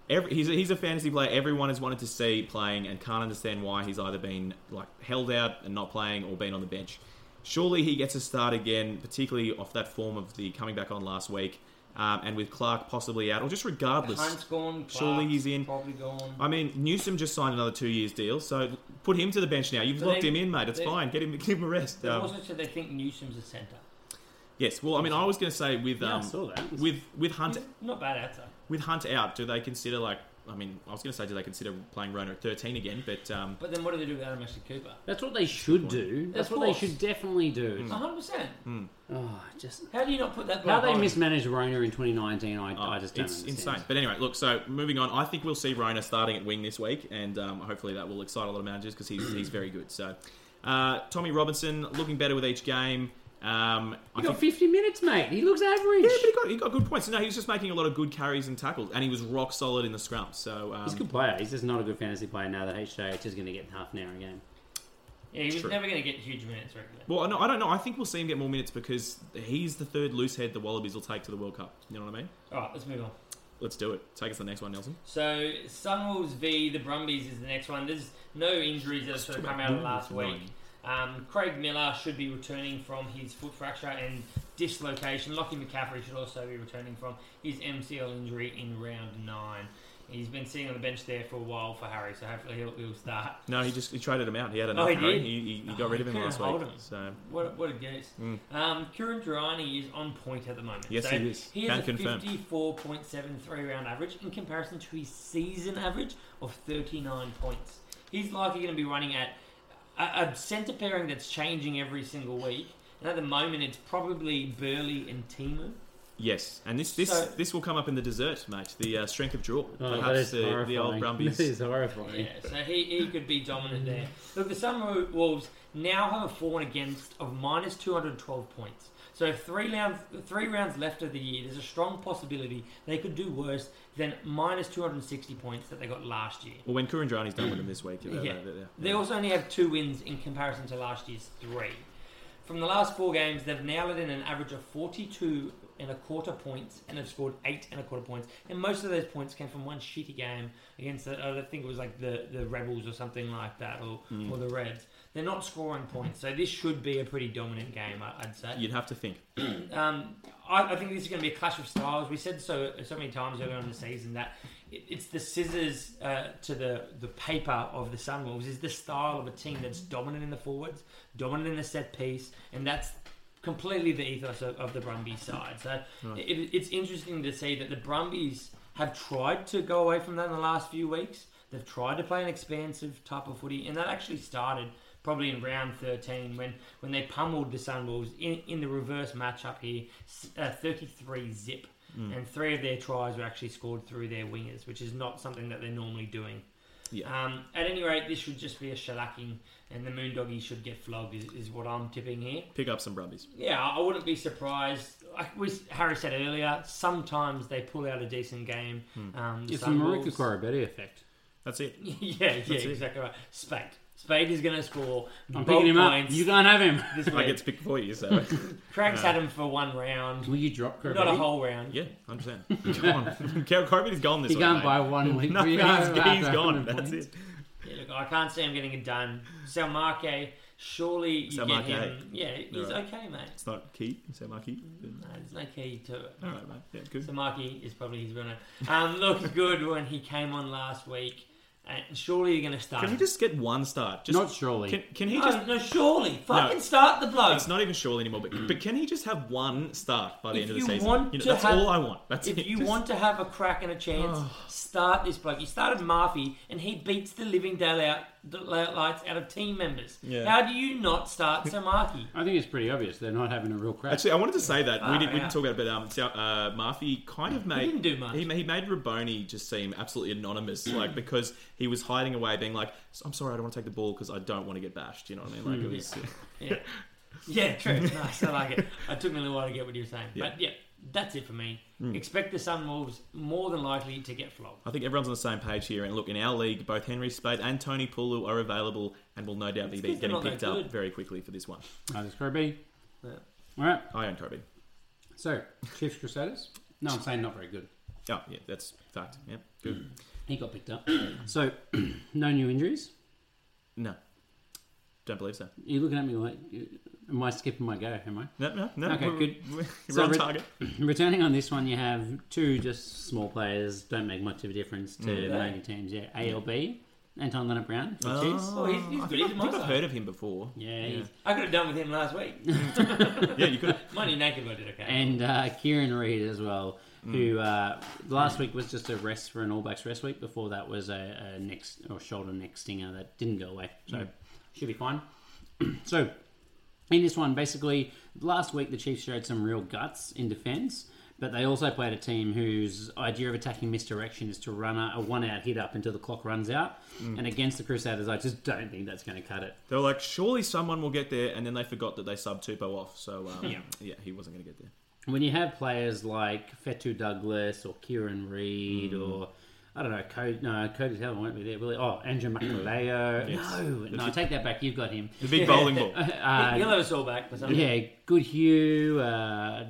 Speaker 4: Every, he's, a, he's a fantasy player everyone has wanted to see playing and can't understand why he's either been like held out and not playing or been on the bench. Surely he gets a start again, particularly off that form of the coming back on last week, um, and with Clark possibly out, or just regardless.
Speaker 6: Hunt's gone.
Speaker 4: Surely
Speaker 6: Clark's
Speaker 4: he's in.
Speaker 6: Probably gone.
Speaker 4: I mean, Newsom just signed another two years deal, so put him to the bench now. You've
Speaker 6: But
Speaker 4: locked
Speaker 6: they-
Speaker 4: him in, mate. It's
Speaker 6: they-
Speaker 4: fine. Get him, (laughs) give him a rest.
Speaker 6: They
Speaker 4: Um,
Speaker 6: also said they think Newsom's a centre.
Speaker 4: yes. Well, I mean, I was going to say with
Speaker 5: Yeah, I
Speaker 4: um,
Speaker 5: saw that.
Speaker 4: with with Hunt
Speaker 6: He's not bad outside.
Speaker 4: with Hunt out. Do they consider like? I mean, I was going to say, do they consider playing Rona at thirteen again? But um,
Speaker 6: But then what do they do with Adam Ashley Cooper?
Speaker 5: That's what they should do. That's
Speaker 6: Of
Speaker 5: what they
Speaker 6: course.
Speaker 5: should definitely
Speaker 4: Mm.
Speaker 5: do.
Speaker 4: Hmm.
Speaker 6: 100%.
Speaker 5: Oh, just
Speaker 6: How do you not put that
Speaker 5: how
Speaker 6: bloke
Speaker 5: they
Speaker 6: on?
Speaker 5: mismanaged Rona in 2019. I, I just don't
Speaker 4: Oh, it's
Speaker 5: understand.
Speaker 4: insane. But anyway, look. So moving on, I think we'll see Rona starting at wing this week, and um, hopefully that will excite a lot of managers because he's he's very good. So uh, Tommy Robinson looking better with each game. Um,
Speaker 5: He
Speaker 4: I think
Speaker 5: got 50 minutes, mate. He looks average.
Speaker 4: Yeah, but he got, he got good points. No, he was just making a lot of good carries and tackles, and he was rock solid in the scrum. So um,
Speaker 5: He's a good player. He's just not a good fantasy player now that HJH is going to get half an hour a game.
Speaker 6: Yeah, he was
Speaker 4: True.
Speaker 6: never going to get huge minutes regularly.
Speaker 4: Well, no, I don't know. I think we'll see him get more minutes because he's the third loose head the Wallabies will take to the World Cup. You know what I mean?
Speaker 6: All right, let's move on.
Speaker 4: Let's do it. Take us to the next one, Nelson.
Speaker 6: So Sunwolves v the Brumbies is the next one. There's no injuries that have sort of come out of last week. Um, Craig Miller should be returning from his foot fracture and dislocation. Lockie McCaffrey should also be returning from his MCL injury in round nine. He's been sitting on the bench there for a while for Harry, so hopefully he'll, he'll start.
Speaker 4: No, he just he traded him out. He had
Speaker 6: Oh,
Speaker 4: enough.
Speaker 6: he
Speaker 4: Harry.
Speaker 6: did?
Speaker 4: He, he, he got
Speaker 6: Oh,
Speaker 4: rid
Speaker 6: he
Speaker 4: of him
Speaker 6: couldn't
Speaker 4: last
Speaker 6: hold
Speaker 4: week.
Speaker 6: him.
Speaker 4: So
Speaker 6: What, what a guess. Um, Kieran Durrani is on point at the moment.
Speaker 4: Mm. Yes,
Speaker 6: so
Speaker 4: he is.
Speaker 6: He
Speaker 4: Can
Speaker 6: has a
Speaker 4: confirm.
Speaker 6: 54.73 round average in comparison to his season average of 39 points. He's likely going to be running at a, a centre pairing that's changing every single week. And at the moment, it's probably Burley and Timu.
Speaker 4: yes, and this this
Speaker 6: So-
Speaker 4: this will come up in the dessert, mate. The uh, strength of draw.
Speaker 5: Oh, that
Speaker 4: Perhaps
Speaker 5: is
Speaker 4: the, the old
Speaker 5: horrifying. (laughs)
Speaker 4: Brumbies.
Speaker 5: This is horrifying.
Speaker 6: Yeah, so he, he could be dominant there. Look, the Sunwolves now have a for and against of minus 212 points. So if three rounds, three rounds left of the year, there's a strong possibility they could do worse than minus 260 points that they got last year.
Speaker 4: Well, when Kurandrani's done with him this week, yeah,
Speaker 6: Yeah.
Speaker 4: they- they-
Speaker 6: They also only have two wins in comparison to last year's three. From the last four games, they've now let in an average of 42 and a quarter points and have scored eight and a quarter points. And most of those points came from one shitty game against, the, I think it was like the, the Rebels or something like that, or, or the Reds. They're not scoring points, so this should be a pretty dominant game, I- I'd say.
Speaker 4: you'd have to think.
Speaker 6: Um, I, I think this is going to be a clash of styles. We said so so many times earlier on in the season that it, it's the scissors uh, to the, the paper of the Sunwolves is the style of a team that's dominant in the forwards, dominant in the set piece, and that's completely the ethos of, of the Brumbies side. So it, it's interesting to see that the Brumbies have tried to go away from that in the last few weeks. They've tried to play an expansive type of footy, and that actually started probably in round 13 when, when they pummeled the Sunwolves in, in the reverse matchup here, s- uh, 33 zip.
Speaker 4: Hmm.
Speaker 6: And three of their tries were actually scored through their wingers, which is not something that they're normally doing.
Speaker 4: Yeah.
Speaker 6: Um, at any rate, this should just be a shellacking, and the Moondoggies should get flogged, is, is what I'm tipping here.
Speaker 4: Pick up some Brumbies.
Speaker 6: Yeah, I wouldn't be surprised. Like we, Harry said earlier, sometimes they pull out a decent game.
Speaker 4: Hmm.
Speaker 6: Um,
Speaker 5: It's the
Speaker 6: Sunwolves-
Speaker 5: Marika Corabetti effect.
Speaker 4: That's it.
Speaker 6: (laughs) yeah, yeah,
Speaker 4: it.
Speaker 6: exactly right. Spade. Spade is going to score.
Speaker 5: I'm
Speaker 6: bulk
Speaker 5: picking him up.
Speaker 6: points
Speaker 5: You can't have
Speaker 4: (laughs)
Speaker 5: him.
Speaker 6: This
Speaker 4: I
Speaker 6: week.
Speaker 4: get to pick for you,
Speaker 6: (laughs)
Speaker 4: so
Speaker 6: Craig's had him for one round,
Speaker 5: Will you drop Corabetti?
Speaker 6: not a whole round.
Speaker 4: yeah, understand. Come on, (laughs) Corby's gone this
Speaker 5: He
Speaker 4: week.
Speaker 5: can't
Speaker 4: mate. (laughs)
Speaker 5: buy one week. (laughs)
Speaker 4: No,
Speaker 5: We
Speaker 4: he's,
Speaker 5: can't have half
Speaker 4: he's
Speaker 5: a
Speaker 4: gone.
Speaker 5: hundred
Speaker 4: That's
Speaker 5: points.
Speaker 4: it.
Speaker 6: Yeah, look, I can't see him getting it done. Salmarque, surely you
Speaker 4: Salmarque.
Speaker 6: get him. Yeah, he's
Speaker 4: eh? Right.
Speaker 6: okay, mate.
Speaker 4: It's not Key. So my Key.
Speaker 6: No, there's no key to it.
Speaker 4: All right, mate. Yeah, good.
Speaker 6: (laughs) So Marky is probably his real name. Um, looked good when he came on last week. And surely you're going to start.
Speaker 4: Can he
Speaker 6: him.
Speaker 4: just get one start? Just,
Speaker 5: Not surely.
Speaker 4: Can, can he
Speaker 6: No,
Speaker 4: just?
Speaker 6: no, surely. Fucking start the bloke.
Speaker 4: It's not even surely anymore. But, but can he just have one start by the
Speaker 6: If
Speaker 4: end of the
Speaker 6: you
Speaker 4: season?
Speaker 6: want
Speaker 4: you know,
Speaker 6: to
Speaker 4: that's
Speaker 6: have-
Speaker 4: all I want. That's (laughs)
Speaker 6: If
Speaker 4: it.
Speaker 6: you
Speaker 4: Just- Oh.
Speaker 6: want to have a crack and a chance, start this bloke. You started Murphy, and he beats the living daylight lights out of team members.
Speaker 4: Yeah.
Speaker 6: How do you not start Samaki?
Speaker 5: I think it's pretty obvious they're not having a real crack.
Speaker 4: Actually, I wanted to say that we,
Speaker 6: Ah,
Speaker 4: did, we
Speaker 6: yeah.
Speaker 4: didn't talk about it, but um, so, uh, Murphy kind of made
Speaker 6: didn't do much. Mm.
Speaker 4: He, ma- he made Raboni just seem absolutely anonymous, like because he was hiding away, being like, "I'm sorry, I don't want to take the ball because I don't want to get bashed." You know what I mean? Like it
Speaker 6: Mm.
Speaker 4: was.
Speaker 6: Yeah, yeah, true. Nice, I like it. It took me a little while to get what you were saying, but yeah, that's it for me. Expect the Sun Wolves more than likely to get flogged.
Speaker 4: I think everyone's on the same page here. And look, in our league, both Henry Spade and Tony Pulu are available and will no doubt be
Speaker 6: 'cause they're
Speaker 4: getting
Speaker 6: not that
Speaker 4: picked up
Speaker 6: good.
Speaker 4: very quickly for this one.
Speaker 5: Oh, there's Kirby.
Speaker 6: Yeah.
Speaker 5: All right.
Speaker 4: I own Kobe.
Speaker 5: So, Chiefs Crusaders. No, I'm saying not very good.
Speaker 4: Oh, yeah, that's fact. Yeah, good.
Speaker 5: He got picked
Speaker 4: (coughs)
Speaker 5: up. So, (clears throat) no new injuries.
Speaker 4: No, don't believe so.
Speaker 5: You're looking at me like, am I skipping my go? Am I?
Speaker 4: No, no, no.
Speaker 5: Okay,
Speaker 4: we're,
Speaker 5: good.
Speaker 4: We're,
Speaker 5: So
Speaker 4: on
Speaker 5: re-
Speaker 4: target.
Speaker 5: Returning on this one, you have two just small players, don't make much of a difference to the main teams. Yeah, ALB, Anton Leonard Brown. for the Chiefs.
Speaker 6: Oh, he's, he's
Speaker 4: I
Speaker 6: good.
Speaker 4: think
Speaker 6: He's
Speaker 4: I've
Speaker 6: my
Speaker 4: I think I've
Speaker 6: side.
Speaker 4: heard of him before.
Speaker 5: Yeah, he's-
Speaker 6: I could have done with him last week.
Speaker 4: Yeah, you could.
Speaker 6: Money naked, but I did okay.
Speaker 5: and uh, Kieran Reid as well, who uh, last week was just a rest for an All Blacks rest week. Before that was a, a neck or shoulder neck stinger that didn't go away, so should be fine. (clears throat) so in this one, basically, last week the Chiefs showed some real guts in defence, but they also played a team whose idea of attacking misdirection is to run a, a one-out hit up until the clock runs out. And against the Crusaders, I just don't think that's going to cut it.
Speaker 4: They were like, surely someone will get there, and then they forgot that they subbed Tupou off. So um, yeah. he wasn't going to get there.
Speaker 5: when you have players like Fetu Douglas or Kieran Reid or I don't know, Cody, no, Cody Taylor won't be there, will he? Oh, Andrew McAleo. No, no, take that back. You've got him. Uh,
Speaker 4: The
Speaker 5: (laughs)
Speaker 4: big bowling ball.
Speaker 6: He- He'll have us all back. For something.
Speaker 5: Yeah, Goodhue, uh,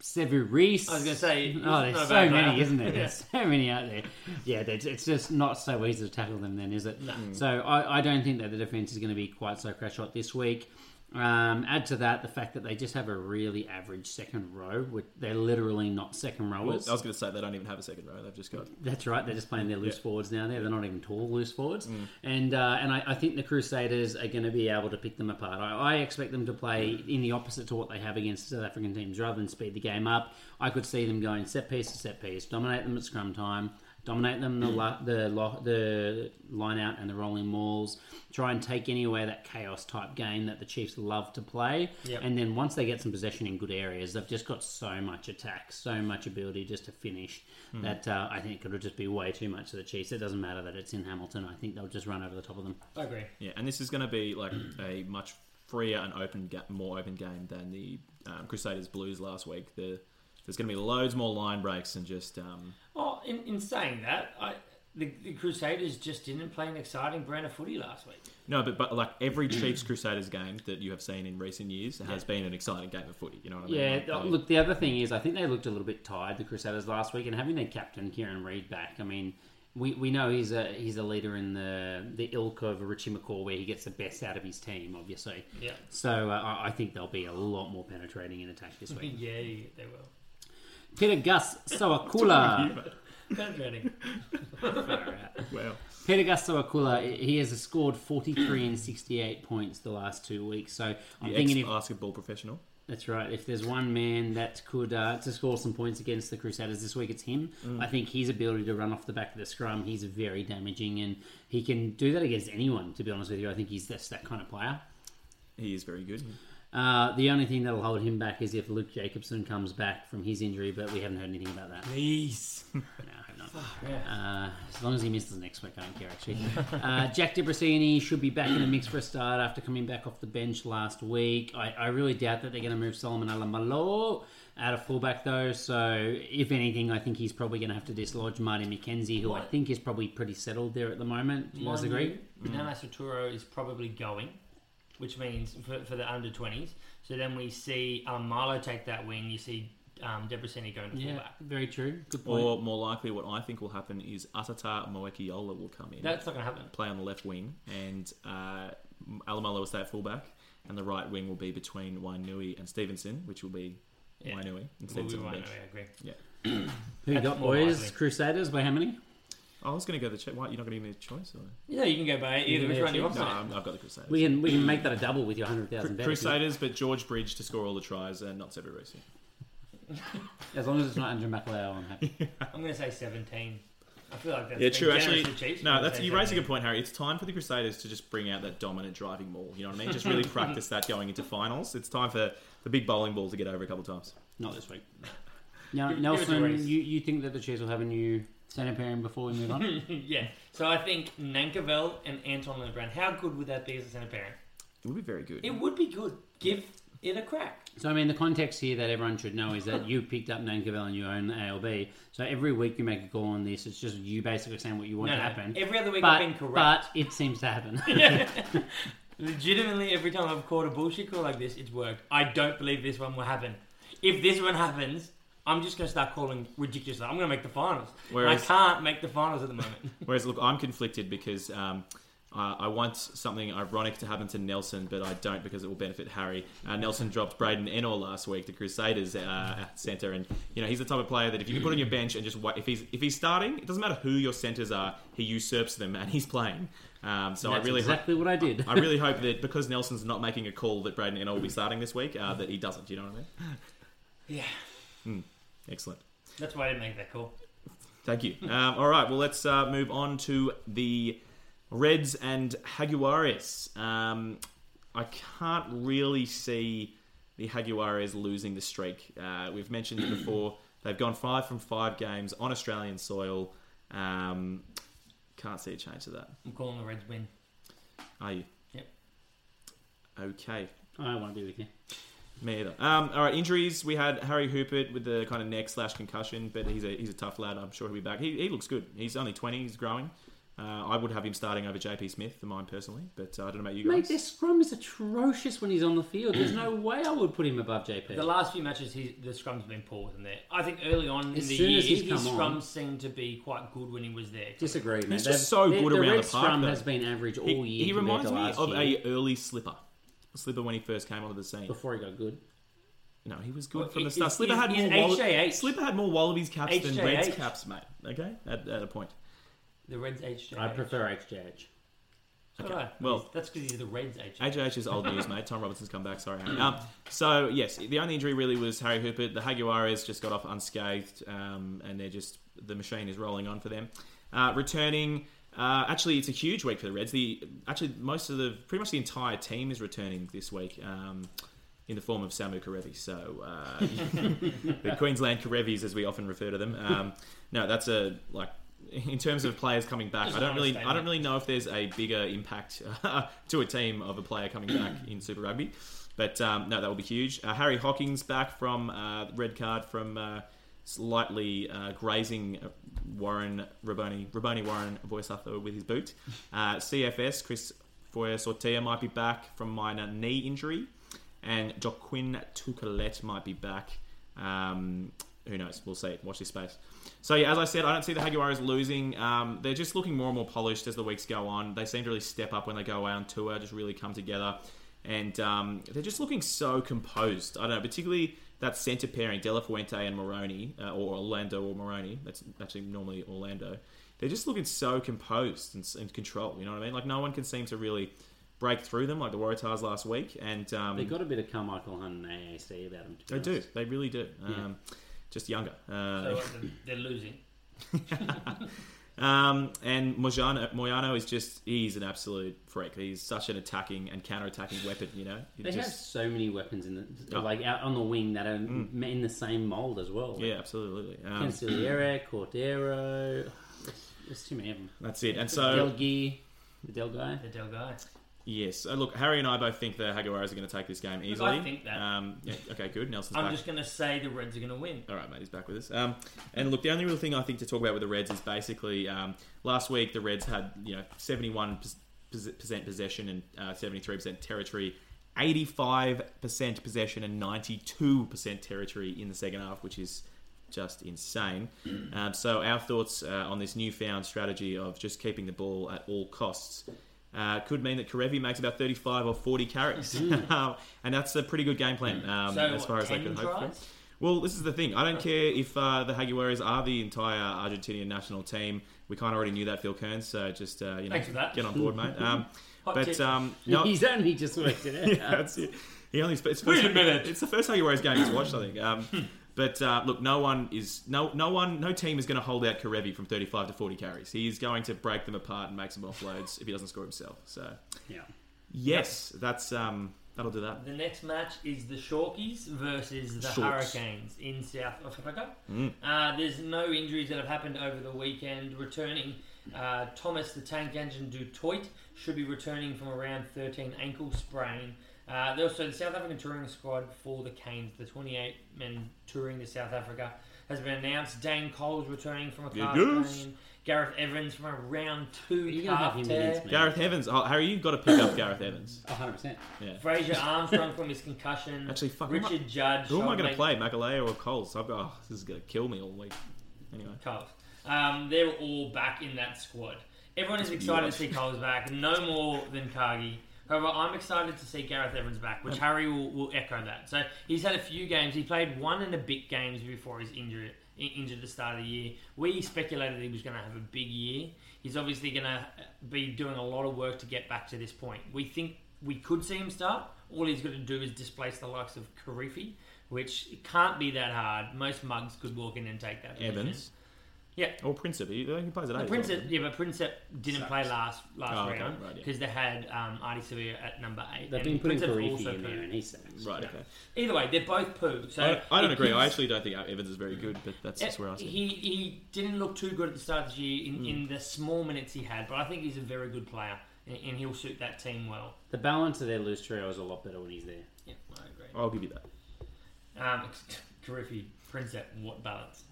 Speaker 5: Sevu Reese.
Speaker 6: I was gonna say,
Speaker 5: oh, there's
Speaker 6: it's not a
Speaker 5: so
Speaker 6: bad
Speaker 5: many,
Speaker 6: lineup.
Speaker 5: isn't there?
Speaker 6: (laughs)
Speaker 5: There's so many out there. Yeah, it's, it's just not so easy to tackle them, then, is it? Mm. So I, I don't think that the defense is going to be quite so crash hot this week. Um, add to that the fact that they just have a really average second row. With, they're literally not second
Speaker 4: Well,
Speaker 5: rowers.
Speaker 4: I was going to say they don't even have a second row. They've just got.
Speaker 5: That's right. They're just playing their loose
Speaker 4: Yeah.
Speaker 5: forwards now. There, they're not even tall loose forwards, and uh, and I, I think the Crusaders are going to be able to pick them apart. I, I expect them to play in the opposite to what they have against South African teams, rather than speed the game up. I could see them going set piece to set piece, dominate them at scrum time, dominate them the lo- the lo- the line out and the rolling mauls, try and take any away that chaos type game that the Chiefs love to play,
Speaker 6: Yep.
Speaker 5: and then once they get some possession in good areas, they've just got so much attack, so much ability just to finish
Speaker 6: Hmm.
Speaker 5: that uh, I think it could just be way too much for the Chiefs. It doesn't matter that it's in Hamilton. I think they'll just run over the top of them.
Speaker 6: I agree.
Speaker 4: Yeah, and this is going to be like a much freer and open, ga- more open game than the um, Crusaders Blues last week. The, there's going to be loads more line breaks and just. Um,
Speaker 6: Well, Oh, in, in saying that, I, the, the Crusaders just didn't play an exciting brand of footy last week.
Speaker 4: no, but, but like
Speaker 5: (clears throat)
Speaker 4: every Chiefs Crusaders game that you have seen in recent years has been an exciting game of footy. You know what I mean?
Speaker 5: Yeah, oh,
Speaker 4: Like, they-
Speaker 5: look, the other thing is, I think they looked a little bit tired, the Crusaders, last week, and having their captain, Kieran Reid, back, I mean, we, we know he's a he's a leader in the the ilk of Richie McCaw, where he gets the best out of his team, obviously.
Speaker 6: Yeah.
Speaker 5: So uh, I I think they'll be a lot more penetrating in attack
Speaker 6: (laughs)
Speaker 5: this week.
Speaker 6: Yeah, yeah, they will.
Speaker 5: Peter Gus
Speaker 4: uh,
Speaker 5: Sawakula.
Speaker 6: Penetrating.
Speaker 4: (laughs) Well,
Speaker 5: Peter Gasawakula, he has scored 43 and 68 points the last two weeks. So I'm
Speaker 4: the
Speaker 5: thinking if
Speaker 4: ex-basketball professional.
Speaker 5: that's right, if there's one man that could uh, to score some points against the Crusaders this week, it's him. I think his ability to run off the back of the scrum, he's very damaging, and he can do that against anyone. To be honest with you, I think he's just that kind of player.
Speaker 4: He is very good.
Speaker 5: Uh, the only thing that'll hold him back is if Luke Jacobson comes back from his injury, but we haven't heard anything about that.
Speaker 6: Please.
Speaker 5: No, I hope not. Uh, as long as he misses next week, I don't care actually. Uh, Jack DeBrasini should be back in the mix for a start after coming back off the bench last week. I, I really doubt that they're going to move Solomon Alamalo out of fullback though. So if anything, I think he's probably going to have to dislodge Marty McKenzie, who I
Speaker 6: What?
Speaker 5: think is probably pretty settled there at the moment. Do you guys agree?
Speaker 4: Mm.
Speaker 6: Nana Soturo is probably going, which means for, for the under 20s. So then we see um, Marlow take that wing. You see um, Debrasini going to
Speaker 5: Yeah,
Speaker 6: fullback.
Speaker 5: very true. Good point.
Speaker 4: Or more likely, what I think will happen is Atata Moekiola will come in,
Speaker 6: That's not going to happen.
Speaker 4: play on the left wing, and uh, Alamalo will stay at fullback, and the right wing will be between Wainui and Stevenson, which will be
Speaker 6: Yeah.
Speaker 4: Wainui and
Speaker 6: Well, we
Speaker 4: Stevenson on the
Speaker 6: won't,
Speaker 4: bench.
Speaker 6: I agree.
Speaker 5: Who you
Speaker 6: that's
Speaker 5: got
Speaker 6: more
Speaker 5: boys?
Speaker 6: likely.
Speaker 5: Crusaders by how many?
Speaker 4: I was going to go the Chiefs. Why you're not going to give me a choice? Or...
Speaker 6: Yeah, you can go by either.
Speaker 5: Yeah,
Speaker 6: Which one do you
Speaker 5: yeah,
Speaker 6: want?
Speaker 4: No,
Speaker 6: mate?
Speaker 4: I'm, I've got the Crusaders.
Speaker 5: We can we can make that a double with your hundred thousand bet. if you-
Speaker 4: Crusaders, but George Bridge to score all the tries and not Sebi Rossi.
Speaker 5: As long as it's not Andrew McLeod, I'm happy.
Speaker 6: I'm going to say 17. I feel like that's
Speaker 4: Yeah,
Speaker 6: been
Speaker 4: true.
Speaker 6: generous
Speaker 4: Actually,
Speaker 6: to the Chiefs. I'm
Speaker 4: no,
Speaker 6: gonna
Speaker 4: that's
Speaker 6: say
Speaker 4: you raise a
Speaker 6: 17.
Speaker 4: good point, Harry. It's time for the Crusaders to just bring out that dominant driving maul. You know what I mean? Just
Speaker 6: (laughs)
Speaker 4: really practice that going into finals. It's time for the big bowling ball to get over a couple times.
Speaker 5: Not
Speaker 6: (laughs)
Speaker 5: this week. Now,
Speaker 6: Give- give it to Reece.
Speaker 5: Nelson, you, you think that the Chiefs will have a new sanitarium before we move
Speaker 6: (laughs)
Speaker 5: on?
Speaker 6: yeah. So I think Nankervell and Anton Lindbrand. How good would that be as a centre parent?
Speaker 4: It would be very good.
Speaker 6: It would be good. Give it a crack.
Speaker 5: so, I mean, the context here that everyone should know is that you picked up Nankivell and you own the ALB. So every week you make a call on this. It's just you basically saying what you want
Speaker 6: No,
Speaker 5: to
Speaker 6: no.
Speaker 5: happen.
Speaker 6: Every other week
Speaker 5: but,
Speaker 6: I've been correct.
Speaker 5: but it seems to
Speaker 6: (laughs)
Speaker 5: happen.
Speaker 6: Legitimately, every time I've caught a bullshit call like this, it's worked. I don't believe this one will happen. If this one happens, I'm just going to start calling ridiculously. I'm going to make the finals.
Speaker 4: Whereas-
Speaker 6: I can't make the finals at the moment.
Speaker 5: (laughs)
Speaker 4: Whereas, look, I'm conflicted because um, I, I want something ironic to happen to Nelson, but I don't because it will benefit Harry. Uh, Nelson dropped Braden Enor last week, the Crusaders uh, at centre, and you know he's the type of player that if you can put on your bench and just wait, if he's if he's starting, it doesn't matter who your centres are, he usurps them and he's playing. Um, so I
Speaker 5: That's
Speaker 4: really hope-
Speaker 5: exactly what I did.
Speaker 4: I really hope that because Nelson's not making a call that Braden Enor will be starting this week, uh, that he doesn't. You know what I mean?
Speaker 6: yeah.
Speaker 4: Excellent.
Speaker 6: That's why I didn't make that call.
Speaker 4: Thank you. Um, all right, well, let's uh, move on to the Reds and Haguares. Um, I can't really see the Haguares losing the streak. Uh, we've mentioned it before. (clears throat) They've gone five from five games on Australian soil. Um, can't see a change to that.
Speaker 6: I'm calling the Reds win.
Speaker 4: Are you?
Speaker 6: Yep.
Speaker 4: Okay.
Speaker 5: I don't want to be with you.
Speaker 4: Me either. Um, all right, injuries. We had Harry Hoopert with the kind of neck slash concussion, but he's a he's a tough lad. I'm sure he'll be back. He, he looks good. He's only 20. He's growing. Uh, I would have him starting over JP Smith for mine personally, but uh, I don't know about you
Speaker 5: Mate,
Speaker 4: guys.
Speaker 5: their scrum is atrocious when he's on the field. There's
Speaker 4: (clears throat)
Speaker 5: no way I would put him above
Speaker 6: The
Speaker 5: JP.
Speaker 6: last few matches, he's, the scrum's been poor, isn't there? I think early on
Speaker 5: As
Speaker 6: in the
Speaker 5: soon
Speaker 6: year,
Speaker 5: as he's
Speaker 6: his
Speaker 5: come
Speaker 6: scrum
Speaker 5: on-
Speaker 6: seemed to be quite good when he was there.
Speaker 5: Disagree, mate.
Speaker 4: just
Speaker 5: They've-
Speaker 4: so
Speaker 5: their-
Speaker 4: good
Speaker 5: their
Speaker 4: around
Speaker 5: red
Speaker 4: the park,
Speaker 5: scrum
Speaker 4: though.
Speaker 5: has been average all
Speaker 4: He,
Speaker 5: year.
Speaker 4: he
Speaker 5: compared
Speaker 4: reminds
Speaker 5: to
Speaker 4: me
Speaker 5: last
Speaker 4: of
Speaker 5: year,
Speaker 4: a early slipper. Slipper when he first came onto the scene.
Speaker 5: before he got good.
Speaker 4: No, he was good
Speaker 6: Well,
Speaker 4: from the
Speaker 6: is-
Speaker 4: start. Slipper
Speaker 6: is-
Speaker 4: had
Speaker 6: is
Speaker 4: more walla-
Speaker 6: HJH?
Speaker 4: Slipper had more Wallabies caps than Reds
Speaker 6: HJH?
Speaker 4: caps, mate. Okay, at, at a point.
Speaker 6: The Reds HJ.
Speaker 5: I prefer HJH.
Speaker 6: Okay.
Speaker 4: well-
Speaker 6: that's because he's the Reds HJ.
Speaker 4: AJH is old news, mate. Tom Robinson's come back. Sorry. Harry. Um, so yes, the only injury really was Harry Hooper. The Haguares just got off unscathed, um, and they're just the machine is rolling on for them. Uh, returning, uh, actually, it's a huge week for the Reds. The actually most of the pretty much the entire team is returning this week. Um, in the form of Samu Karevi, so uh, the Queensland Karevis, as we often refer to them. Um, no, that's a like in terms of players coming back.
Speaker 6: Just
Speaker 4: I don't
Speaker 6: an
Speaker 4: really,
Speaker 6: honest
Speaker 4: I don't really know if there's a bigger impact (laughs) to a team of a player coming back in Super Rugby, but um, no, that will be huge. Uh, Harry Hocking's back from uh, red card from uh, slightly uh, grazing Warren Raboni, Raboni Warren Voisatho with his boot. Uh, CFS Chris Foyer Sortia might be back from minor knee injury and Joaquin Tukalette might be back. Um, who knows? We'll see. Watch this space. So yeah, as I said, I don't see the Haguaras losing. Um, they're just looking more and more polished as the weeks go on. They seem to really step up when they go away on tour. Just really come together, and um, they're just looking so composed. I don't know, particularly that centre pairing, De La Fuente and Moroni, uh, or Orlando or Moroni. That's actually normally Orlando. They're just looking so composed and, and controlled. You know what I mean? Like no one can seem to really break through them, like the Waratahs last week. And um,
Speaker 5: They got a bit of Carmichael Hunt and AAC about them. To be
Speaker 4: they do.
Speaker 5: honest.
Speaker 4: They really do. Um, Just younger.
Speaker 6: So
Speaker 4: Uh,
Speaker 6: what, they're- they're losing.
Speaker 4: um, and Moyano, Moyano is just, he's an absolute freak. He's such an attacking and counter-attacking weapon, you know? He
Speaker 5: They have
Speaker 4: just,
Speaker 5: so many weapons in the
Speaker 4: Oh. Mm.
Speaker 5: like out on the wing that are in the same mold as well.
Speaker 4: yeah, absolutely. Um,
Speaker 5: Canceliere,
Speaker 4: (clears throat)
Speaker 5: Cordero. There's too many of them.
Speaker 4: that's it. And so,
Speaker 5: Delgi, the Del guy.
Speaker 6: The Del guy.
Speaker 4: yes. Uh, look, Harry and I both think the Haguaras are going to take this game easily.
Speaker 6: think that.
Speaker 4: Um, yeah, okay, good. Nelson's
Speaker 6: I'm
Speaker 4: back.
Speaker 6: just going to say the Reds are going to win.
Speaker 4: All right, mate, he's back with us. Um, and look, the only real thing I think to talk about with the Reds is basically um, last week the Reds had you know seventy one percent possession and uh seventy three percent territory, eighty five percent possession and ninety two percent territory in the second half, which is just
Speaker 6: (clears throat)
Speaker 4: insane. Um, so our thoughts uh, on this newfound strategy of just keeping the ball at all costs. Uh, could mean that Karevi makes about 35 or 40 carries. (laughs) and that's a pretty good game plan um,
Speaker 6: Mm. So
Speaker 4: as
Speaker 6: what,
Speaker 4: far as they
Speaker 6: 10
Speaker 4: could hope for.
Speaker 6: tries?
Speaker 4: Well, this is the thing. I don't care if uh, the Jaguares are the entire Argentinian national team. We kind of already knew that, Phil Kearns. So just uh, you know,
Speaker 6: Thanks for that.
Speaker 4: get on board, mate. Um,
Speaker 6: (laughs) Hot
Speaker 4: but
Speaker 6: tip.
Speaker 5: uh,
Speaker 4: um, no,
Speaker 5: (laughs) He's only just worked it out.
Speaker 4: (laughs) that's it. He only. It's, it's
Speaker 6: Wait a minute. Hmm.
Speaker 4: It's the first Jaguares game he's watched, I think. Um, but uh, look, no one is no no one no team is going to hold out Karevi from thirty five to forty carries. He is going to break them apart and make some offloads if he doesn't score himself. So
Speaker 5: Yeah.
Speaker 4: yes, that's um, that'll do that.
Speaker 6: The next match is the Shorkies versus the
Speaker 4: Shorts. Mm.
Speaker 6: Hurricanes in South Africa. Uh, there's no injuries that have happened over the weekend. Returning uh, Thomas the Tank Engine Dutoit should be returning from around 13 ankle sprain. Uh, they're also, the South African touring squad for the Canes, the 28 men touring to South Africa, has been announced. Dane Cole's returning from a calf
Speaker 4: goes.
Speaker 6: strain. Gareth Evans from a round
Speaker 5: You're
Speaker 6: two
Speaker 5: going to have
Speaker 6: calf
Speaker 5: him
Speaker 6: tear.
Speaker 5: against me.
Speaker 4: Gareth Evans, oh, Harry, you've got to pick up Gareth Evans.
Speaker 5: 100%.
Speaker 6: Fraser Armstrong from his concussion.
Speaker 4: Actually, fuck, who am I-
Speaker 6: Richard Judge.
Speaker 4: Who am I
Speaker 6: shoulder
Speaker 4: going to play,
Speaker 6: bang-
Speaker 4: Makalea or Coles? I've got. Oh, this is going to kill me all week. Anyway,
Speaker 6: Coles. Um, they're all back in that squad. Everyone is excited to see Coles back, no more than Kagi. However, I'm excited to see Gareth Evans back, which Harry will, will echo that. So he's had a few games. He played one and a bit games before his injury in- injured at the start of the year. We speculated he was going to have a big year. He's obviously going to be doing a lot of work to get back to this point. We think we could see him start. All he's got to do is displace the likes of Karifi, which can't be that hard. Most mugs could walk in and take that. position.
Speaker 4: Evans
Speaker 6: Yeah,
Speaker 4: or Princep. He, he plays eh? at eight.
Speaker 6: Prince, yeah, but Princep didn't play last last
Speaker 4: Oh, okay,
Speaker 6: round
Speaker 4: right, yeah.
Speaker 6: because they had um, Artie Sevilla at number eight.
Speaker 5: They've
Speaker 6: and
Speaker 5: been putting
Speaker 6: Princep
Speaker 5: Karifi
Speaker 6: also
Speaker 5: in there,
Speaker 6: poo.
Speaker 5: and he sucks.
Speaker 4: Right. Okay.
Speaker 6: Either way, they're both poo. So
Speaker 4: I, I don't
Speaker 6: it
Speaker 4: agree. I
Speaker 6: gives-
Speaker 4: actually don't think Evans is very good, but that's just where I Hmm. sit.
Speaker 6: he he didn't look too good at the start of the year in, in the small minutes he had, but I think he's a very good player and, and he'll suit that team well.
Speaker 5: The balance of their loose trio is a lot better when he's there.
Speaker 6: Yeah, I agree.
Speaker 4: I'll give you that.
Speaker 6: Um, (laughs) Karifi, Princep, what balance?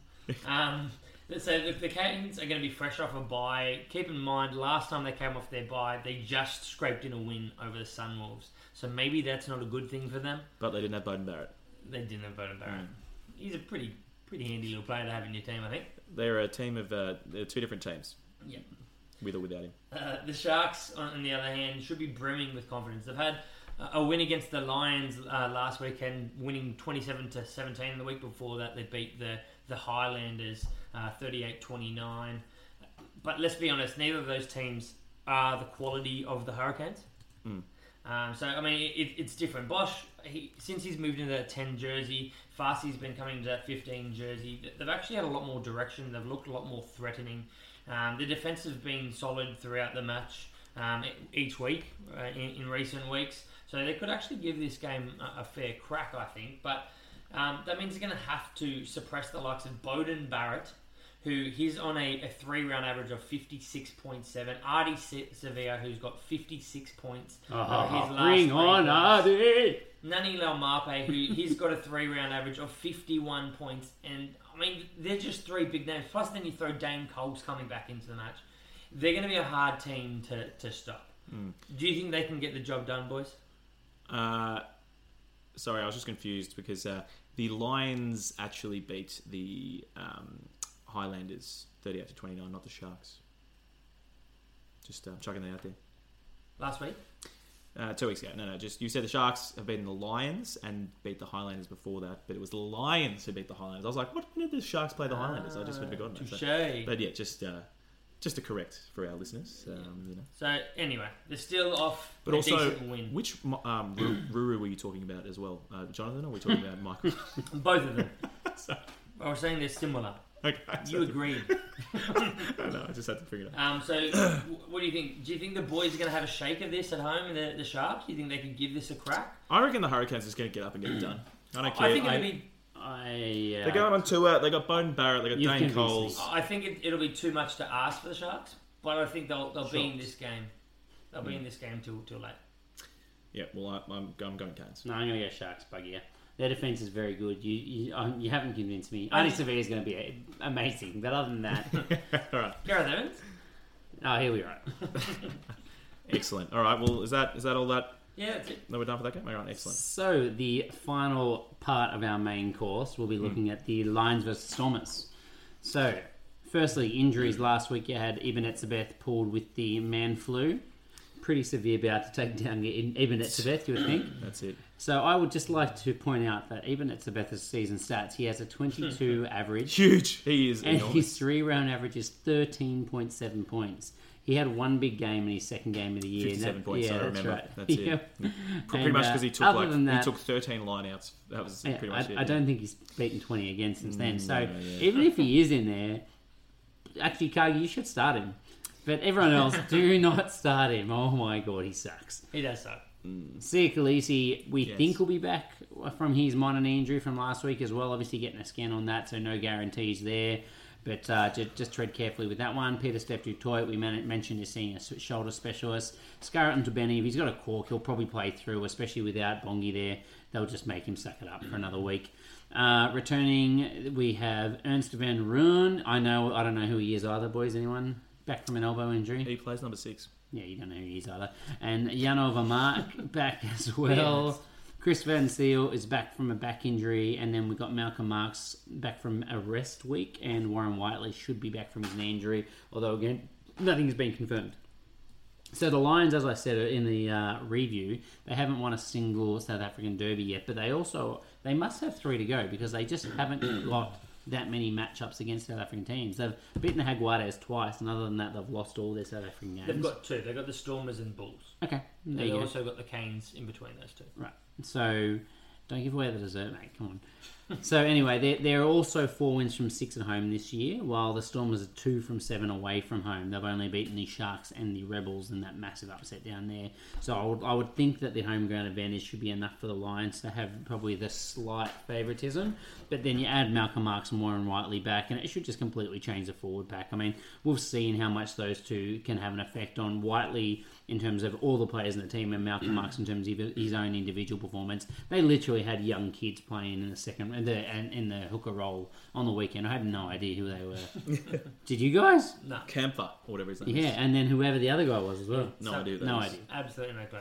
Speaker 6: um, so the, the Canes are going to be fresh off a bye. Keep in mind, last time they came off their bye, they just scraped in a win over the Sunwolves. So maybe that's not a good thing for them.
Speaker 4: But they didn't have Bowden Barrett.
Speaker 6: They didn't have Bowden Barrett. He's a pretty pretty handy little player to have in your team, I think.
Speaker 4: They're a team of uh, they're two different teams
Speaker 6: Yeah.
Speaker 4: with or without him.
Speaker 6: Uh, the Sharks, on on the other hand, should be brimming with confidence. They've had uh, a win against the Lions uh, last weekend, winning 27 to 17. The week before that, they beat the, the Highlanders 38 29. But let's be honest, neither of those teams are the quality of the Hurricanes. Um, so I mean, it, it's different. Bosch, he, since he's moved into that ten jersey, Farsi's been coming into that fifteen jersey. th- They've actually had a lot more direction. They've looked a lot more threatening. Um, the defense has been solid throughout the match um, e- each week uh, in, in recent weeks. So they could actually give this game a, a fair crack, I think. But um, that means they're going to have to suppress the likes of Bowden Barrett, who he's on a, a three round average of 56.7. Artie Se- Sevilla, who's got 56 points. over his
Speaker 5: Oh,
Speaker 6: last
Speaker 5: bring
Speaker 6: three
Speaker 5: on
Speaker 6: rounds.
Speaker 5: Artie!
Speaker 6: Nani Laumape, who he's got a three round average of 51 points. And, I mean, they're just three big names. Plus, then you throw Dane Coles coming back into the match. They're going to be a hard team to, to stop.
Speaker 4: Hmm.
Speaker 6: Do you think they can get the job done, boys?
Speaker 4: Uh, sorry, I was just confused because uh, the Lions actually beat the um, Highlanders thirty-eight to twenty-nine, not the Sharks. Just uh, chucking that out there.
Speaker 6: Last week?
Speaker 4: Uh, two weeks ago. No, no. Just you said the Sharks have beaten the Lions and beat the Highlanders before that, but it was the Lions who beat the Highlanders. I was like, what when did the Sharks play the Highlanders? I just had forgotten. that. So-
Speaker 6: Uh, Touche.
Speaker 4: but yeah, just uh, just to correct for our listeners, um, you know.
Speaker 6: So, anyway, they're still off
Speaker 4: But
Speaker 6: a
Speaker 4: also,
Speaker 6: decent win.
Speaker 4: which mo- um, Ru- Ruru were you talking about as well, uh, Jonathan? Or were we talking about Michael?
Speaker 6: Both
Speaker 4: (laughs)
Speaker 6: of them.
Speaker 4: So-
Speaker 6: I was saying they're similar.
Speaker 4: okay, I just
Speaker 6: You
Speaker 4: had to-
Speaker 6: agreed.
Speaker 4: no, I just had to figure it out.
Speaker 6: Um, so, w- what do you think? Do you think the boys are going to have a shake of this at home, the, the Sharks? Do you think they can give this a crack?
Speaker 4: I reckon the Hurricanes is going to get up and get it done. I don't care.
Speaker 6: I think
Speaker 5: I-
Speaker 6: it'll be.
Speaker 5: I, uh,
Speaker 4: they're going on tour. They got Bowden Barrett. They
Speaker 5: You've
Speaker 4: got Dane
Speaker 5: convinced me.
Speaker 4: Coles.
Speaker 6: I think it, it'll be too much to ask for the Sharks, but I think they'll they'll be in this game. They'll be in this game till till late.
Speaker 4: Yeah, well, I, I'm, I'm going Canes. (laughs)
Speaker 5: No, I'm going to go Sharks, Buggier. Their defense is very good. You you, um, you haven't convinced me. Artie Sevilla is going to be a, amazing, but other than that,
Speaker 4: All right,
Speaker 6: Gareth Evans.
Speaker 5: oh, here we are.
Speaker 4: excellent. All right, well, is that is that all that?
Speaker 6: Yeah, that's it.
Speaker 4: No, we're done for that game. All right, excellent.
Speaker 5: So the final part of our main course, we'll be looking at the Lions versus Stormers. So, firstly, injuries last week. You had Ibn Etzebeth pulled with the man flu. pretty severe bout to take down Eben Etzebeth, you would think.
Speaker 4: That's it.
Speaker 5: So I would just like to point out that Eben Etzebeth's season stats, he has a 22 average.
Speaker 4: Huge. He is
Speaker 5: and
Speaker 4: enormous.
Speaker 5: his three round average is 13.7 points. He had one big game in his second game of the year. and
Speaker 4: 57
Speaker 5: that-
Speaker 4: points,
Speaker 5: yeah,
Speaker 4: I
Speaker 5: that's
Speaker 4: remember.
Speaker 5: Right.
Speaker 4: That's it.
Speaker 5: (laughs) Yeah.
Speaker 4: Pretty
Speaker 5: And,
Speaker 4: much
Speaker 5: uh,
Speaker 4: because he took
Speaker 5: other
Speaker 4: like
Speaker 5: than that-
Speaker 4: he took thirteen lineouts. That was
Speaker 5: Yeah,
Speaker 4: pretty much
Speaker 5: I,
Speaker 4: it.
Speaker 5: I
Speaker 4: yeah. Mm,
Speaker 5: don't think he's beaten 20 again since then. So even if he is in there, actually, Kagi, you should start him. But everyone else, do not start him. Oh my god, he sucks.
Speaker 6: He does suck.
Speaker 5: Sia Khaleesi, we
Speaker 4: Yes.
Speaker 5: think will be back from his minor knee injury from last week as well. Obviously, getting a scan on that, so no guarantees there. But uh, just, just tread carefully with that one. Peter Stepdutoit, we man- mentioned, is seeing a s- shoulder specialist. Scarlett and Dubeny, if he's got a cork, he'll probably play through, especially without Bongi there. They'll just make him suck it up for another week. Uh, returning, we have Ernst van Roon. I know, I don't know who he is either, boys. Anyone back from an elbow injury?
Speaker 4: He plays number six.
Speaker 5: Yeah, you don't know who he is either. And Jano Vermark (laughs) back as well. Chris Van Seal is back from a back injury. And then we've got Malcolm Marks back from a rest week. And Warren Whiteley should be back from his knee injury. Although, again, nothing has been confirmed. So the Lions, as I said in the uh, review, they haven't won a single South African derby yet, but they also they must have three to go because they just
Speaker 6: (coughs)
Speaker 5: haven't got that many matchups against South African teams. They've beaten the Jaguares twice, and other than that, they've lost all their South African games.
Speaker 6: They've got two. They've got the Stormers and Bulls.
Speaker 5: okay, there
Speaker 6: They've
Speaker 5: you go.
Speaker 6: also got the Canes in between those two.
Speaker 5: Right. So don't give away the dessert, mate. Come on. so anyway, there, there are also four wins from six at home this year, while the Stormers are two from seven away from home. They've only beaten the Sharks and the Rebels in that massive upset down there. So I would, I would think that the home ground advantage should be enough for the Lions to have probably the slight favouritism. But then you add Malcolm Marks and Warren Whiteley back, and it should just completely change the forward pack. I mean, we've seen how much those two can have an effect on Whiteley in terms of all the players in the team and Malcolm Marks in terms of his own individual performance. They literally had young kids playing in the second in the, and in the hooker role on the weekend. I had no idea who they were. Did you guys?
Speaker 4: Camper or whatever his name
Speaker 5: Yeah,
Speaker 4: is.
Speaker 5: and then whoever the other guy was as well.
Speaker 4: No idea. who that
Speaker 5: No
Speaker 4: is.
Speaker 5: idea.
Speaker 6: Absolutely no clue.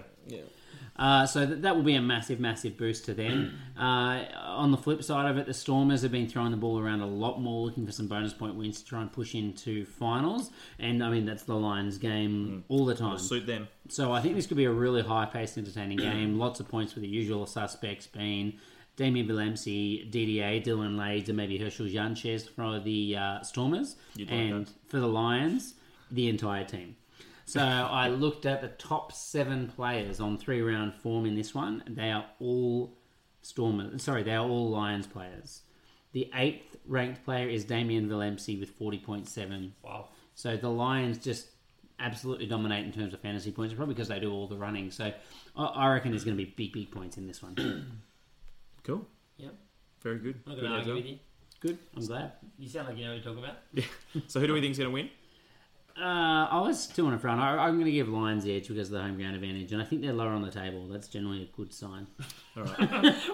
Speaker 5: Uh, so that, that will be a massive, massive boost to them. Uh, on the flip side of it, the Stormers have been throwing the ball around a lot more, looking for some bonus point wins to try and push into finals. And I mean, that's the Lions' game all the time.
Speaker 4: Suit them.
Speaker 5: So I think this could be a really high-paced,
Speaker 4: (clears throat)
Speaker 5: entertaining game. Lots of points for the usual suspects being Damien Valemsi, DDA, Dylan Lades, and maybe Herschel Janches for the uh, Stormers,
Speaker 4: You'd like
Speaker 5: and for the Lions, the entire team.
Speaker 4: (laughs)
Speaker 5: So I looked at the top seven players on three-round form in this one. They are all Stormers. Sorry, they are all Lions players. The eighth-ranked player is Damien Valemsi with forty point seven.
Speaker 6: Wow.
Speaker 5: So the Lions just absolutely dominate in terms of fantasy points, probably because they do all the running. So I, I reckon there's going to be big, big points in this
Speaker 4: (clears throat)
Speaker 5: one.
Speaker 4: Cool.
Speaker 6: Yep.
Speaker 4: Very good.
Speaker 6: I'm not
Speaker 4: Good
Speaker 6: going to argue
Speaker 4: idea.
Speaker 6: with you.
Speaker 5: Good. I'm glad.
Speaker 6: You sound like you know what you're talking about.
Speaker 4: So who do we think's going to win?
Speaker 5: Uh, I was two on a front. I, I'm going to give Lions the edge because of the home ground advantage, and I think they're lower on the table. That's generally a good sign.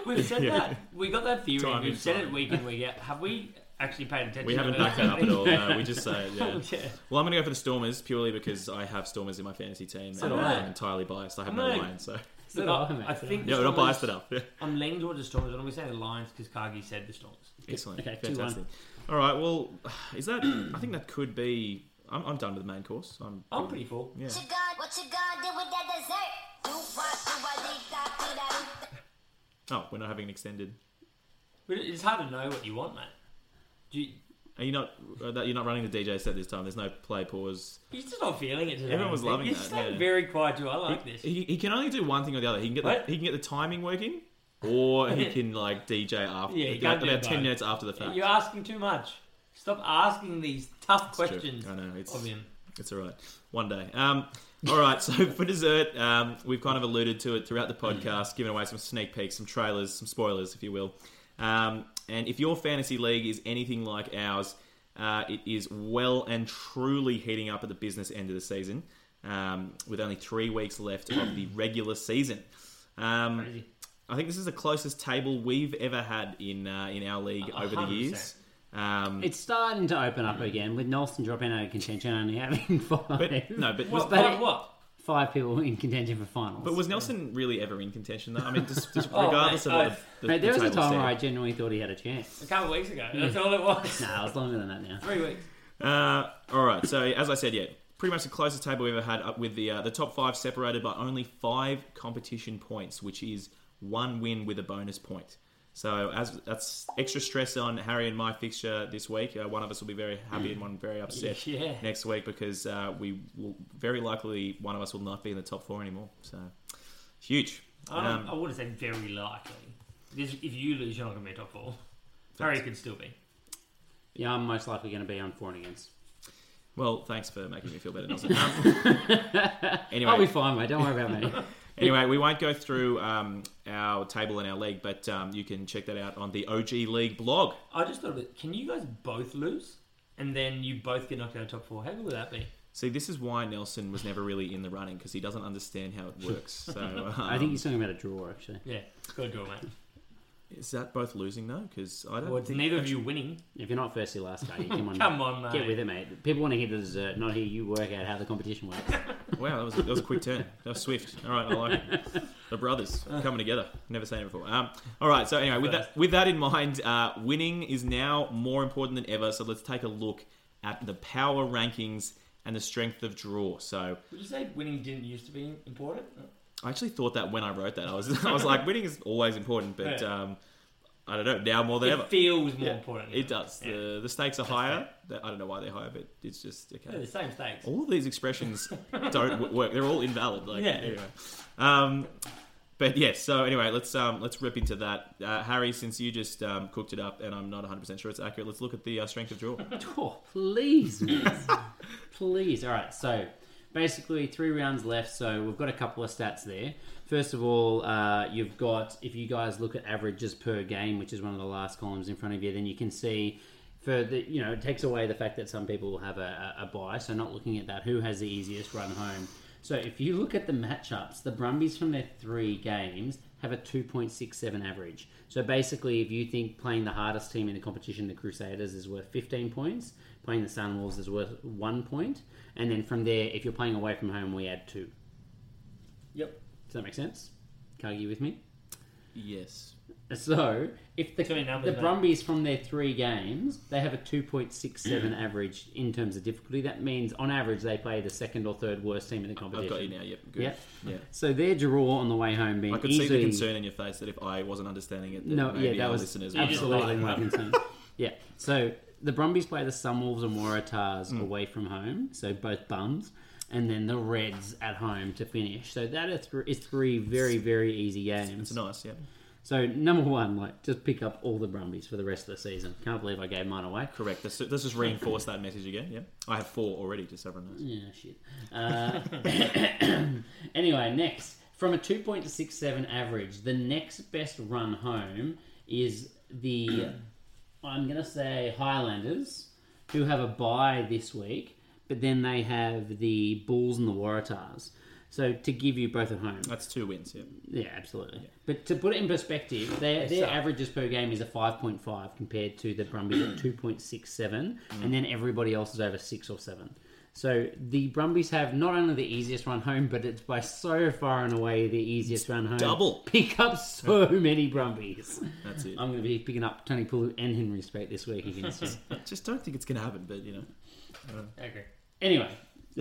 Speaker 6: We've (laughs) said
Speaker 4: Yeah.
Speaker 6: that. We got that theory.
Speaker 4: Time
Speaker 6: We've
Speaker 4: is
Speaker 6: said
Speaker 4: time.
Speaker 6: it week in week out. Have we actually paid attention?
Speaker 4: We haven't
Speaker 6: to it?
Speaker 4: backed that up at all. No, we just say it.
Speaker 6: (laughs)
Speaker 4: Yeah.
Speaker 6: Yeah.
Speaker 4: Well, I'm going to go for the Stormers purely because I have Stormers in my fantasy team, and
Speaker 6: do
Speaker 4: I'm
Speaker 6: I.
Speaker 4: entirely biased. I have
Speaker 6: I'm
Speaker 4: no
Speaker 6: like-
Speaker 4: line, so
Speaker 6: So
Speaker 5: Did I, mate?
Speaker 6: I, I think
Speaker 4: yeah,
Speaker 6: the
Speaker 4: we're not biased
Speaker 6: Stormers-
Speaker 4: enough. Yeah.
Speaker 6: I'm leaning towards the Stormers, and I'm going to say the Lions because Kagi said the Stormers.
Speaker 4: Excellent.
Speaker 5: Okay, two, one.
Speaker 4: Fantastic. All right. Well, (sighs) is that? I think that could be. I'm, I'm done with the main course. I'm.
Speaker 6: I'm pretty full.
Speaker 4: Yeah.
Speaker 7: What you gonna, what you gonna do with that dessert? Do what, do what, do that, do that.
Speaker 4: Oh, we're not having an extended.
Speaker 6: But it- It's hard to know what you want, mate. Do you,
Speaker 4: Are you not? uh, That you're not running the DJ set this time. There's no play pause.
Speaker 6: you're just not feeling it today.
Speaker 4: Everyone was
Speaker 6: I think.
Speaker 4: loving
Speaker 6: You're
Speaker 4: that,
Speaker 6: just like
Speaker 4: yeah.
Speaker 6: very quiet too. I like this.
Speaker 4: He, he can only do one thing or the other. He can get the,
Speaker 6: What?
Speaker 4: he can get the timing working, or
Speaker 6: (laughs)
Speaker 4: he can like DJ after.
Speaker 6: Yeah, he
Speaker 4: like,
Speaker 6: can't do
Speaker 4: about ten
Speaker 6: both.
Speaker 4: minutes after the fact.
Speaker 6: You're asking too much. Stop asking these tough
Speaker 4: It's true.
Speaker 6: questions
Speaker 4: I know it's
Speaker 6: of him.
Speaker 4: It's all right. One day. Um, all right. So (laughs) for dessert, um, we've kind of alluded to it throughout the podcast, giving away some sneak peeks, some trailers, some spoilers, if you will. Um, and if your fantasy league is anything like ours, uh, it is well and truly heating up at the business end of the season, um, with only three weeks left of the regular season. Um, I think this is the closest table we've ever had in uh, in our league over the
Speaker 6: 100%.
Speaker 4: years. Um,
Speaker 5: It's starting to open up again with Nelson dropping out of contention, and only having (laughs) five,
Speaker 4: but no, but
Speaker 6: What?
Speaker 5: but
Speaker 6: what-
Speaker 5: it-
Speaker 6: what?
Speaker 5: five people in contention for finals.
Speaker 4: But was Nelson really ever in contention though? I
Speaker 5: (laughs)
Speaker 4: mean, just, just
Speaker 6: Oh,
Speaker 4: regardless
Speaker 6: mate,
Speaker 4: of
Speaker 6: I-
Speaker 4: what the, the,
Speaker 5: Mate, there
Speaker 4: the
Speaker 5: was a
Speaker 4: table
Speaker 5: time where I
Speaker 4: stand.
Speaker 5: genuinely thought he had a chance.
Speaker 6: A couple of
Speaker 5: Hmm.
Speaker 6: weeks ago. That's all it was. (laughs)
Speaker 5: Nah, it was longer than that now.
Speaker 6: Three weeks.
Speaker 4: Uh, all right. So as I said, yeah, pretty much the closest table we ever had up with the uh, the top five separated by only five competition points, which is one win with a bonus point. So as that's extra stress on Harry and my fixture this week. Uh, one of us will be very happy and one
Speaker 5: (laughs)
Speaker 4: very upset
Speaker 6: Yeah.
Speaker 4: next week because uh, we will very likely one of us will not be in the top four anymore. So huge.
Speaker 5: Oh,
Speaker 6: I, don't-
Speaker 4: Um,
Speaker 6: I wouldn't say very likely. This, if you lose, you're not going to be top four. Harry could still be.
Speaker 5: Yeah, I'm most likely going to be on for and against.
Speaker 4: well, thanks for making me feel better, Nelson. Um, (laughs) anyway,
Speaker 5: I'll be fine, mate. Don't worry about me.
Speaker 4: Anyway, we won't go through um, our table and our league, but um, you can check that out on the OG League blog.
Speaker 6: I just thought of it. Can you guys both lose? And then you both get knocked out of top four. How good would that be?
Speaker 4: See, this is why Nelson was never really in the running because he doesn't understand how it works. So um,
Speaker 5: I think he's talking about a draw, actually.
Speaker 6: Yeah, good draw, mate.
Speaker 4: um, is that both losing though? Because I don't
Speaker 6: Well, it's
Speaker 4: think
Speaker 6: neither of you winning.
Speaker 5: If you're not first, you're last,
Speaker 6: (laughs)
Speaker 5: are you? Come on,
Speaker 6: Come on, mate.
Speaker 5: Mm. Get with it, mate. People want to hear the dessert, not hear you work out how the competition works.
Speaker 6: (laughs)
Speaker 4: Wow, that was, that was a quick turn. That was swift. All right, I like it. The
Speaker 6: (laughs)
Speaker 4: brothers
Speaker 6: Ah.
Speaker 4: coming together. Never seen it before. Um, all right, so anyway, with that with that in mind, uh, winning is now more important than ever. So let's take a look at the power rankings and the strength of draw. So.
Speaker 6: Would you say winning didn't used to be important?
Speaker 4: I actually thought that when I wrote that, I was (laughs) I was like, winning is always important, but
Speaker 6: Yeah.
Speaker 4: um, I don't know now more than ever.
Speaker 6: It feels more important.
Speaker 4: It does. The the stakes are higher. The- I don't know why they're higher, but it's just
Speaker 6: They're the
Speaker 4: okay.
Speaker 6: same stakes.
Speaker 4: All of these expressions don't w- work. They're all invalid. Like
Speaker 6: Yeah.
Speaker 4: anyway. Um, but yes. so anyway, let's um, let's rip into that, uh, Harry. Since you just um, cooked it up, and I'm not 100 percent sure it's accurate. Let's look at the uh, strength of
Speaker 6: (laughs)
Speaker 4: draw.
Speaker 5: Oh, (laughs) please, mate. please. All right, so basically three rounds left, so we've got a couple of stats there. First of all, uh, you've got, if you guys look at averages per game, which is one of the last columns in front of you, then you can see. For the, you know, it takes away the fact that some people will have a, a, a buy, so not looking at that, who has the easiest run home. So if you look at the matchups, the Brumbies from their three games have a 2.67 average. So basically, if you think playing the hardest team in the competition, the Crusaders, is worth 15 points, playing the Sunwolves is worth one point, and then from there, if you're playing away from home, we add two.
Speaker 6: Yep.
Speaker 5: Does that make sense? Can't you with me?
Speaker 4: yes.
Speaker 5: So if the,
Speaker 6: Too many numbers,
Speaker 5: the
Speaker 6: mate.
Speaker 5: Brumbies from their three games, they have a 2.67 average in terms of difficulty. That means on average they play the second or third worst team in the competition.
Speaker 4: I've got you now. Yep. Good.
Speaker 5: Yep.
Speaker 4: Yeah.
Speaker 5: So their draw on the way home being
Speaker 4: I could
Speaker 5: easily
Speaker 4: see the concern in your face that if I wasn't understanding it, then
Speaker 5: no,
Speaker 4: maybe
Speaker 5: yeah, that
Speaker 4: our
Speaker 5: was
Speaker 4: listeners would not.
Speaker 5: absolutely my
Speaker 4: (laughs)
Speaker 5: concern. Yeah, so the Brumbies play the Sunwolves and Waratahs
Speaker 4: Hmm.
Speaker 5: away from home, so both bums, and then the Reds at home to finish. So that is thr- is three very very easy games.
Speaker 4: It's nice, yeah.
Speaker 5: So number one, like just pick up all the Brumbies for the rest of the season. Can't believe I gave mine away.
Speaker 4: Correct. Let's, let's just reinforce that message again. Yeah, I have four already. Just so everyone knows.
Speaker 5: Yeah, shit. Uh, (coughs) anyway, next from a two point six seven average, the next best run home is the (coughs) I'm gonna say Highlanders, who have a bye this week, but then they have the Bulls and the Waratahs. So to give you both at home,
Speaker 4: That's two wins. Yeah.
Speaker 5: yeah, absolutely. But to put it in perspective, their, their
Speaker 6: suck.
Speaker 5: averages per game is a 5.5 compared to the Brumbies at 2.67, and then everybody else is over 6 or 7. So the Brumbies have not only the easiest run home, but it's by so far and away the easiest run home.
Speaker 4: double.
Speaker 5: Pick up so many Brumbies.
Speaker 4: That's it.
Speaker 5: I'm going to be picking up Tony Pulu and Henry Spate this week against them.
Speaker 4: I just don't think it's going to happen. But you know,
Speaker 6: Okay.
Speaker 5: Anyway,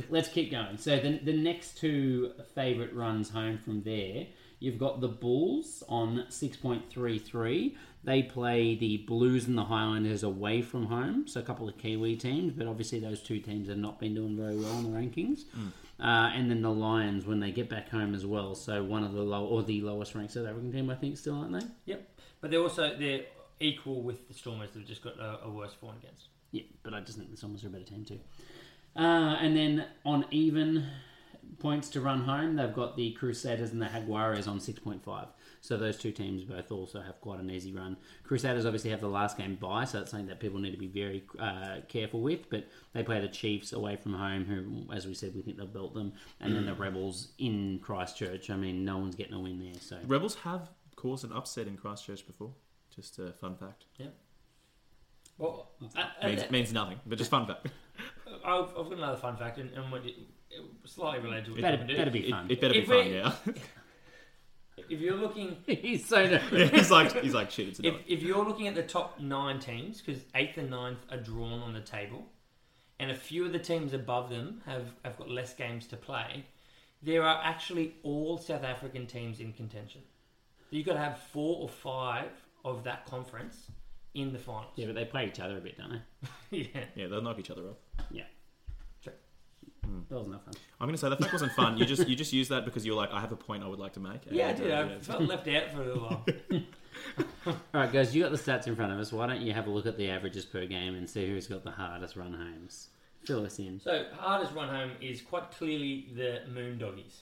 Speaker 5: let's keep going. So the, the next two favourite runs home from there, you've got the Bulls on 6.33. They play the Blues and the Highlanders away from home, so a couple of Kiwi teams, but obviously those two teams have not been doing very well in the rankings. Uh, and then the Lions when they get back home as well, so one of the low or the lowest ranked South African team, I think, still aren't they?
Speaker 6: Yep. But they're also they're equal with the Stormers. They've just got a, a worse four and against.
Speaker 5: Yeah, but I just think the Stormers are a better team too. Uh, and then on even points to run home, they've got the Crusaders and the Jaguares on 6.5. So those two teams both also have quite an easy run. Crusaders obviously have the last game bye, so that's something that people need to be very uh, careful with. But they play the Chiefs away from home, who, as we said, we think they'll belt them. And then the Rebels in Christchurch. I mean, no one's getting a win there. So (laughs)
Speaker 4: rebels have caused an upset in Christchurch before. Just a fun fact.
Speaker 6: Well, I, I,
Speaker 4: Means, means nothing, but just fun fact.
Speaker 6: Uh, I've, I've got another fun fact, and, and what it, it, slightly related to what
Speaker 5: better,
Speaker 6: you do.
Speaker 5: better be
Speaker 4: It,
Speaker 5: fun.
Speaker 4: it better be
Speaker 6: If
Speaker 4: fun.
Speaker 6: we-
Speaker 4: Yeah.
Speaker 6: If you're looking,
Speaker 5: He's so nervous.
Speaker 4: (laughs) he's like he's like shit. It's
Speaker 6: if,
Speaker 4: another.
Speaker 6: if you're looking at the top nine teams, because eighth and ninth are drawn on the table, and a few of the teams above them have, have got less games to play, there are actually all South African teams in contention. You've got to have four or five of that conference in the finals.
Speaker 5: Yeah, but they play each other a bit, don't they?
Speaker 6: (laughs) yeah.
Speaker 4: Yeah, they'll knock each other up.
Speaker 5: Yeah.
Speaker 6: Sure.
Speaker 5: That was no fun.
Speaker 4: I'm gonna say that fact wasn't fun. You just you just used that because you were like, I have a point I would like to make.
Speaker 6: Yeah, I
Speaker 4: And,
Speaker 6: did.
Speaker 4: uh,
Speaker 6: I felt left out for a little
Speaker 5: (laughs)
Speaker 6: while.
Speaker 5: All right, guys, you got the stats in front of us. Why don't you have a look at the averages per game and see who's got the hardest run homes? Fill us in.
Speaker 6: So hardest run home is quite clearly the Moondoggies.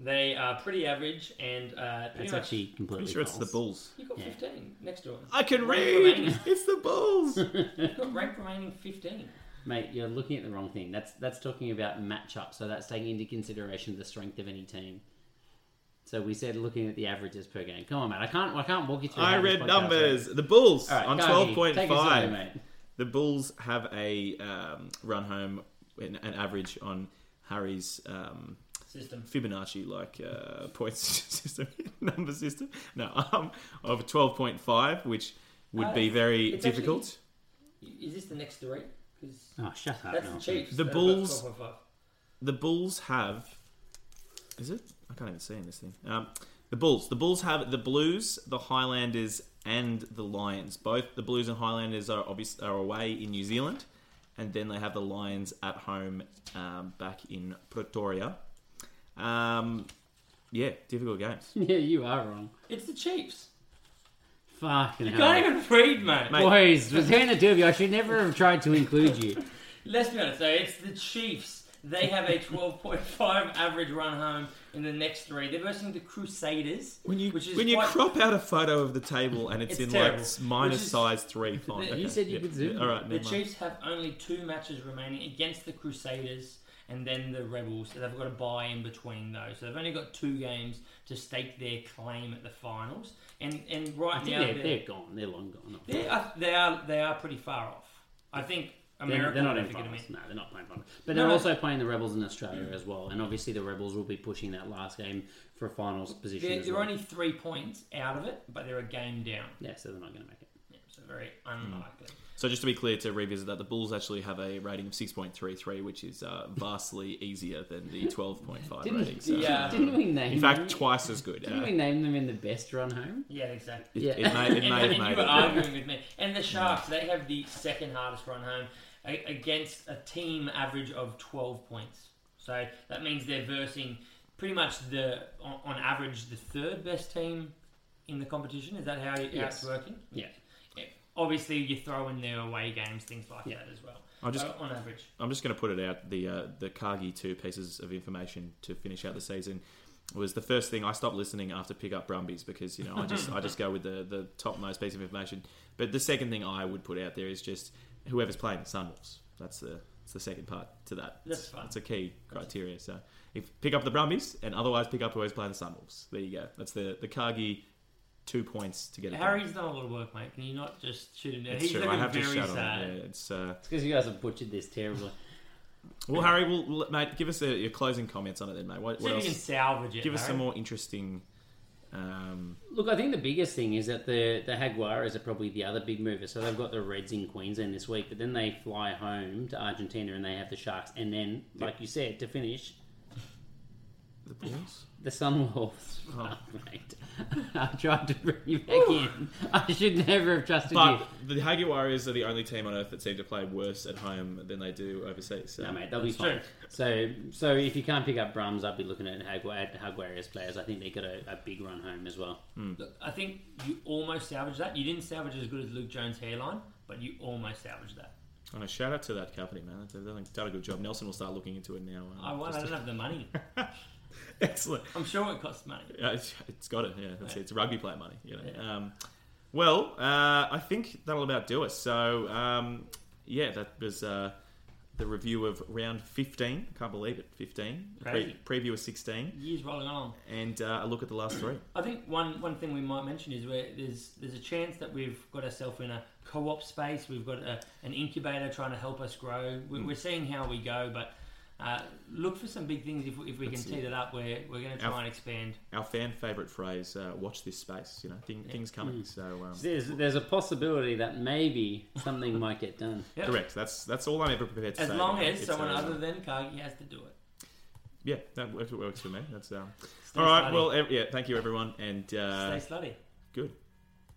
Speaker 6: They are pretty average and uh, pretty
Speaker 5: That's
Speaker 6: much.
Speaker 5: actually completely
Speaker 4: Pretty sure it's the
Speaker 5: false.
Speaker 4: Bulls.
Speaker 6: You got
Speaker 5: Yeah.
Speaker 6: 15 next to them.
Speaker 4: I can
Speaker 6: Rank
Speaker 4: read.
Speaker 6: remaining-
Speaker 4: It's the Bulls.
Speaker 6: You got rank remaining 15.
Speaker 5: Mate, you're looking at the wrong thing. That's that's talking about matchup, so that's taking into consideration the strength of any team. So we said looking at the averages per game. Come on, mate. I can't I can't walk you through.
Speaker 4: I
Speaker 5: how this
Speaker 4: read
Speaker 5: podcast
Speaker 4: numbers.
Speaker 5: works.
Speaker 4: The Bulls
Speaker 5: All right,
Speaker 4: on
Speaker 5: Gargi,
Speaker 4: twelve point
Speaker 5: take us away,
Speaker 4: five.
Speaker 5: mate.
Speaker 4: The Bulls have a um, run home, an, an average on Harry's um,
Speaker 6: System.
Speaker 4: Fibonacci like uh, (laughs) points system, number system. No, um, of twelve point five, which would
Speaker 6: Uh,
Speaker 4: be very
Speaker 6: it's
Speaker 4: difficult.
Speaker 6: Is this the next three? Because
Speaker 5: Oh, shut up.
Speaker 6: that's
Speaker 5: no.
Speaker 6: the Chiefs.
Speaker 4: The
Speaker 6: They've got
Speaker 4: Bulls-
Speaker 6: 12.5.
Speaker 4: the Bulls have. Is it? I can't even see in this thing. Um, the Bulls. The Bulls have the Blues, the Highlanders, and the Lions. Both the Blues and Highlanders are obvious are away in New Zealand, and then they have the Lions at home um, back in Pretoria. Um, yeah, difficult games.
Speaker 5: (laughs) Yeah, you are wrong.
Speaker 6: It's the Chiefs.
Speaker 5: Fucking
Speaker 6: You
Speaker 5: hell.
Speaker 6: can't even read, mate.
Speaker 4: Mate.
Speaker 5: Boys, between the two of you, I should never have tried to include
Speaker 6: (laughs)
Speaker 5: you.
Speaker 6: Let's be honest, though. It's the Chiefs. They have a 12.5 (laughs) average run home in the next three. They're versing the Crusaders.
Speaker 4: When you
Speaker 6: which is
Speaker 4: when you
Speaker 6: quite-
Speaker 4: crop out a photo of the table and it's,
Speaker 6: It's
Speaker 4: in
Speaker 6: terrible.
Speaker 4: like minus
Speaker 6: Which is-
Speaker 4: size three font.
Speaker 6: You
Speaker 4: Okay,
Speaker 5: said you
Speaker 4: yeah,
Speaker 5: could zoom.
Speaker 4: yeah, All right,
Speaker 6: The
Speaker 4: never mind.
Speaker 6: Chiefs have only two matches remaining against the Crusaders and then the Rebels. So they've got a bye in between those. So they've only got two games to stake their claim at the finals. And and right
Speaker 5: I think
Speaker 6: now
Speaker 5: they're, they're gone. They're long gone.
Speaker 6: they're, they are they are they are pretty far off. I think
Speaker 5: They're,
Speaker 6: America
Speaker 5: they're not
Speaker 6: will
Speaker 5: in
Speaker 6: figure them
Speaker 5: finals.
Speaker 6: in.
Speaker 5: No, they're not playing finals. But
Speaker 6: No,
Speaker 5: they're
Speaker 6: no.
Speaker 5: also playing the Rebels in Australia as well. And obviously the Rebels will be pushing that last game for a finals position
Speaker 6: They're,
Speaker 5: as
Speaker 6: they're
Speaker 5: well.
Speaker 6: only three points out of it, but they're a game down.
Speaker 5: Yeah, so they're not going to make it.
Speaker 6: Yeah, so very unlikely.
Speaker 4: So just to be clear, to revisit that, the Bulls actually have a rating of six point three three, which is uh, vastly easier than the twelve point five rating. So,
Speaker 6: Yeah.
Speaker 5: didn't we name
Speaker 4: in
Speaker 5: them?
Speaker 4: fact, twice as good.
Speaker 5: didn't
Speaker 4: Uh,
Speaker 5: we name them in the best run home?
Speaker 6: Yeah, exactly.
Speaker 5: Yeah.
Speaker 4: It may, it
Speaker 6: and,
Speaker 4: may have
Speaker 6: and you
Speaker 4: made
Speaker 6: were
Speaker 4: it.
Speaker 6: arguing with me. And the Sharks, they have the second hardest run home a- against a team average of 12 points. So that means they're versing pretty much the, on, on average, the third best team in the competition. Is that how, how
Speaker 5: Yes.
Speaker 6: it's working?
Speaker 5: Yeah.
Speaker 6: Yeah. Obviously, you throw in their away games, things like
Speaker 5: Yeah.
Speaker 6: that as well.
Speaker 4: I'll just-
Speaker 6: So on average.
Speaker 4: I'm just going to put it out. The uh, the Kagi two pieces of information to finish out the season was the first thing I stopped listening after pick up Brumbies because you know I just I just go with the the topmost piece of information. But the second thing I would put out there is just whoever's playing the Sunwolves. That's the it's the second part to that.
Speaker 6: That's
Speaker 4: it's,
Speaker 6: fine.
Speaker 4: it's a key criteria. So if pick up the Brumbies and otherwise pick up whoever's playing the Sunwolves. There you go. That's the the Kagi two points to get it. done.
Speaker 6: Harry's done a lot of work, mate. Can you not just shoot him down?
Speaker 4: It's
Speaker 6: He's
Speaker 4: true. I
Speaker 6: looking
Speaker 4: have to
Speaker 6: very
Speaker 4: shout
Speaker 6: sad.
Speaker 4: on it. Yeah, it's uh,
Speaker 5: It's because you guys have butchered this terribly.
Speaker 4: Well, Harry, well, l- mate, give us uh your closing comments on it then, mate. What,
Speaker 6: See
Speaker 4: what
Speaker 6: if you can
Speaker 4: else?
Speaker 6: salvage it.
Speaker 4: Give us
Speaker 6: Harry.
Speaker 4: some more interesting. Um,
Speaker 5: Look, I think the biggest thing is that the the Jaguares are probably the other big mover. So they've got the Reds in Queensland this week, but then they fly home to Argentina and they have the Sharks, and then, like you said, to finish
Speaker 4: the Bulls?
Speaker 5: the Sunwolves. (laughs) Oh. mate, I tried to bring you back in. (laughs) I should never have trusted you.
Speaker 4: But the Hagi Warriors are the only team on earth that seem to play worse at home than they do overseas. So.
Speaker 5: No, mate, they'll be fine.
Speaker 6: true.
Speaker 5: So, so if you can't pick up Brums, I'd be looking at Hagu- at Jaguares players. I think they got a, a big run home as well.
Speaker 6: Look, I think you almost salvaged that. You didn't salvage as good as Luke Jones' hairline, but you almost salvaged that.
Speaker 4: And a shout out to that company, man. They've done they've done a good job. Nelson will start looking into it now. um,
Speaker 6: I, won, I
Speaker 4: just
Speaker 6: don't
Speaker 4: to-
Speaker 6: have the money.
Speaker 4: (laughs) Excellent.
Speaker 6: I'm sure it costs money.
Speaker 4: Yeah, it's, it's got it. Yeah, that's it. It's rugby player money. You know. Um, well, uh, I think that'll about do us. So, um, yeah, that was uh, the review of round 15. I can't believe it. 15. Pre-
Speaker 6: Crazy.
Speaker 4: preview of 16.
Speaker 6: Years rolling on.
Speaker 4: And uh, a look at the last three.
Speaker 6: I think one, one thing we might mention is where there's there's a chance that we've got ourselves in a
Speaker 4: Hmm.
Speaker 6: co-op space. We've got a, an incubator trying to help us grow. We're, we're seeing how we go, but Uh, look for some big things if, we- if we
Speaker 4: That's
Speaker 6: can tee
Speaker 4: it.
Speaker 6: that up. We're, we're going to try
Speaker 4: Our-
Speaker 6: and expand.
Speaker 4: Our fan favorite phrase, uh, "Watch this space." You know, thing, things
Speaker 6: Mm.
Speaker 4: coming. So um,
Speaker 5: There's, there's a possibility that maybe something might get done.
Speaker 6: Yeah.
Speaker 4: correct. That's that's all I'm ever prepared to
Speaker 6: As
Speaker 4: say.
Speaker 6: long
Speaker 4: about it.
Speaker 6: as
Speaker 4: It's,
Speaker 6: someone
Speaker 4: uh,
Speaker 6: other than Kagi has to do it.
Speaker 4: yeah, that works, it works for me. That's um,
Speaker 6: Stay
Speaker 4: all right.
Speaker 6: slutty.
Speaker 4: Well, ev- yeah. Thank you, everyone, and uh,
Speaker 6: stay slutty.
Speaker 4: good.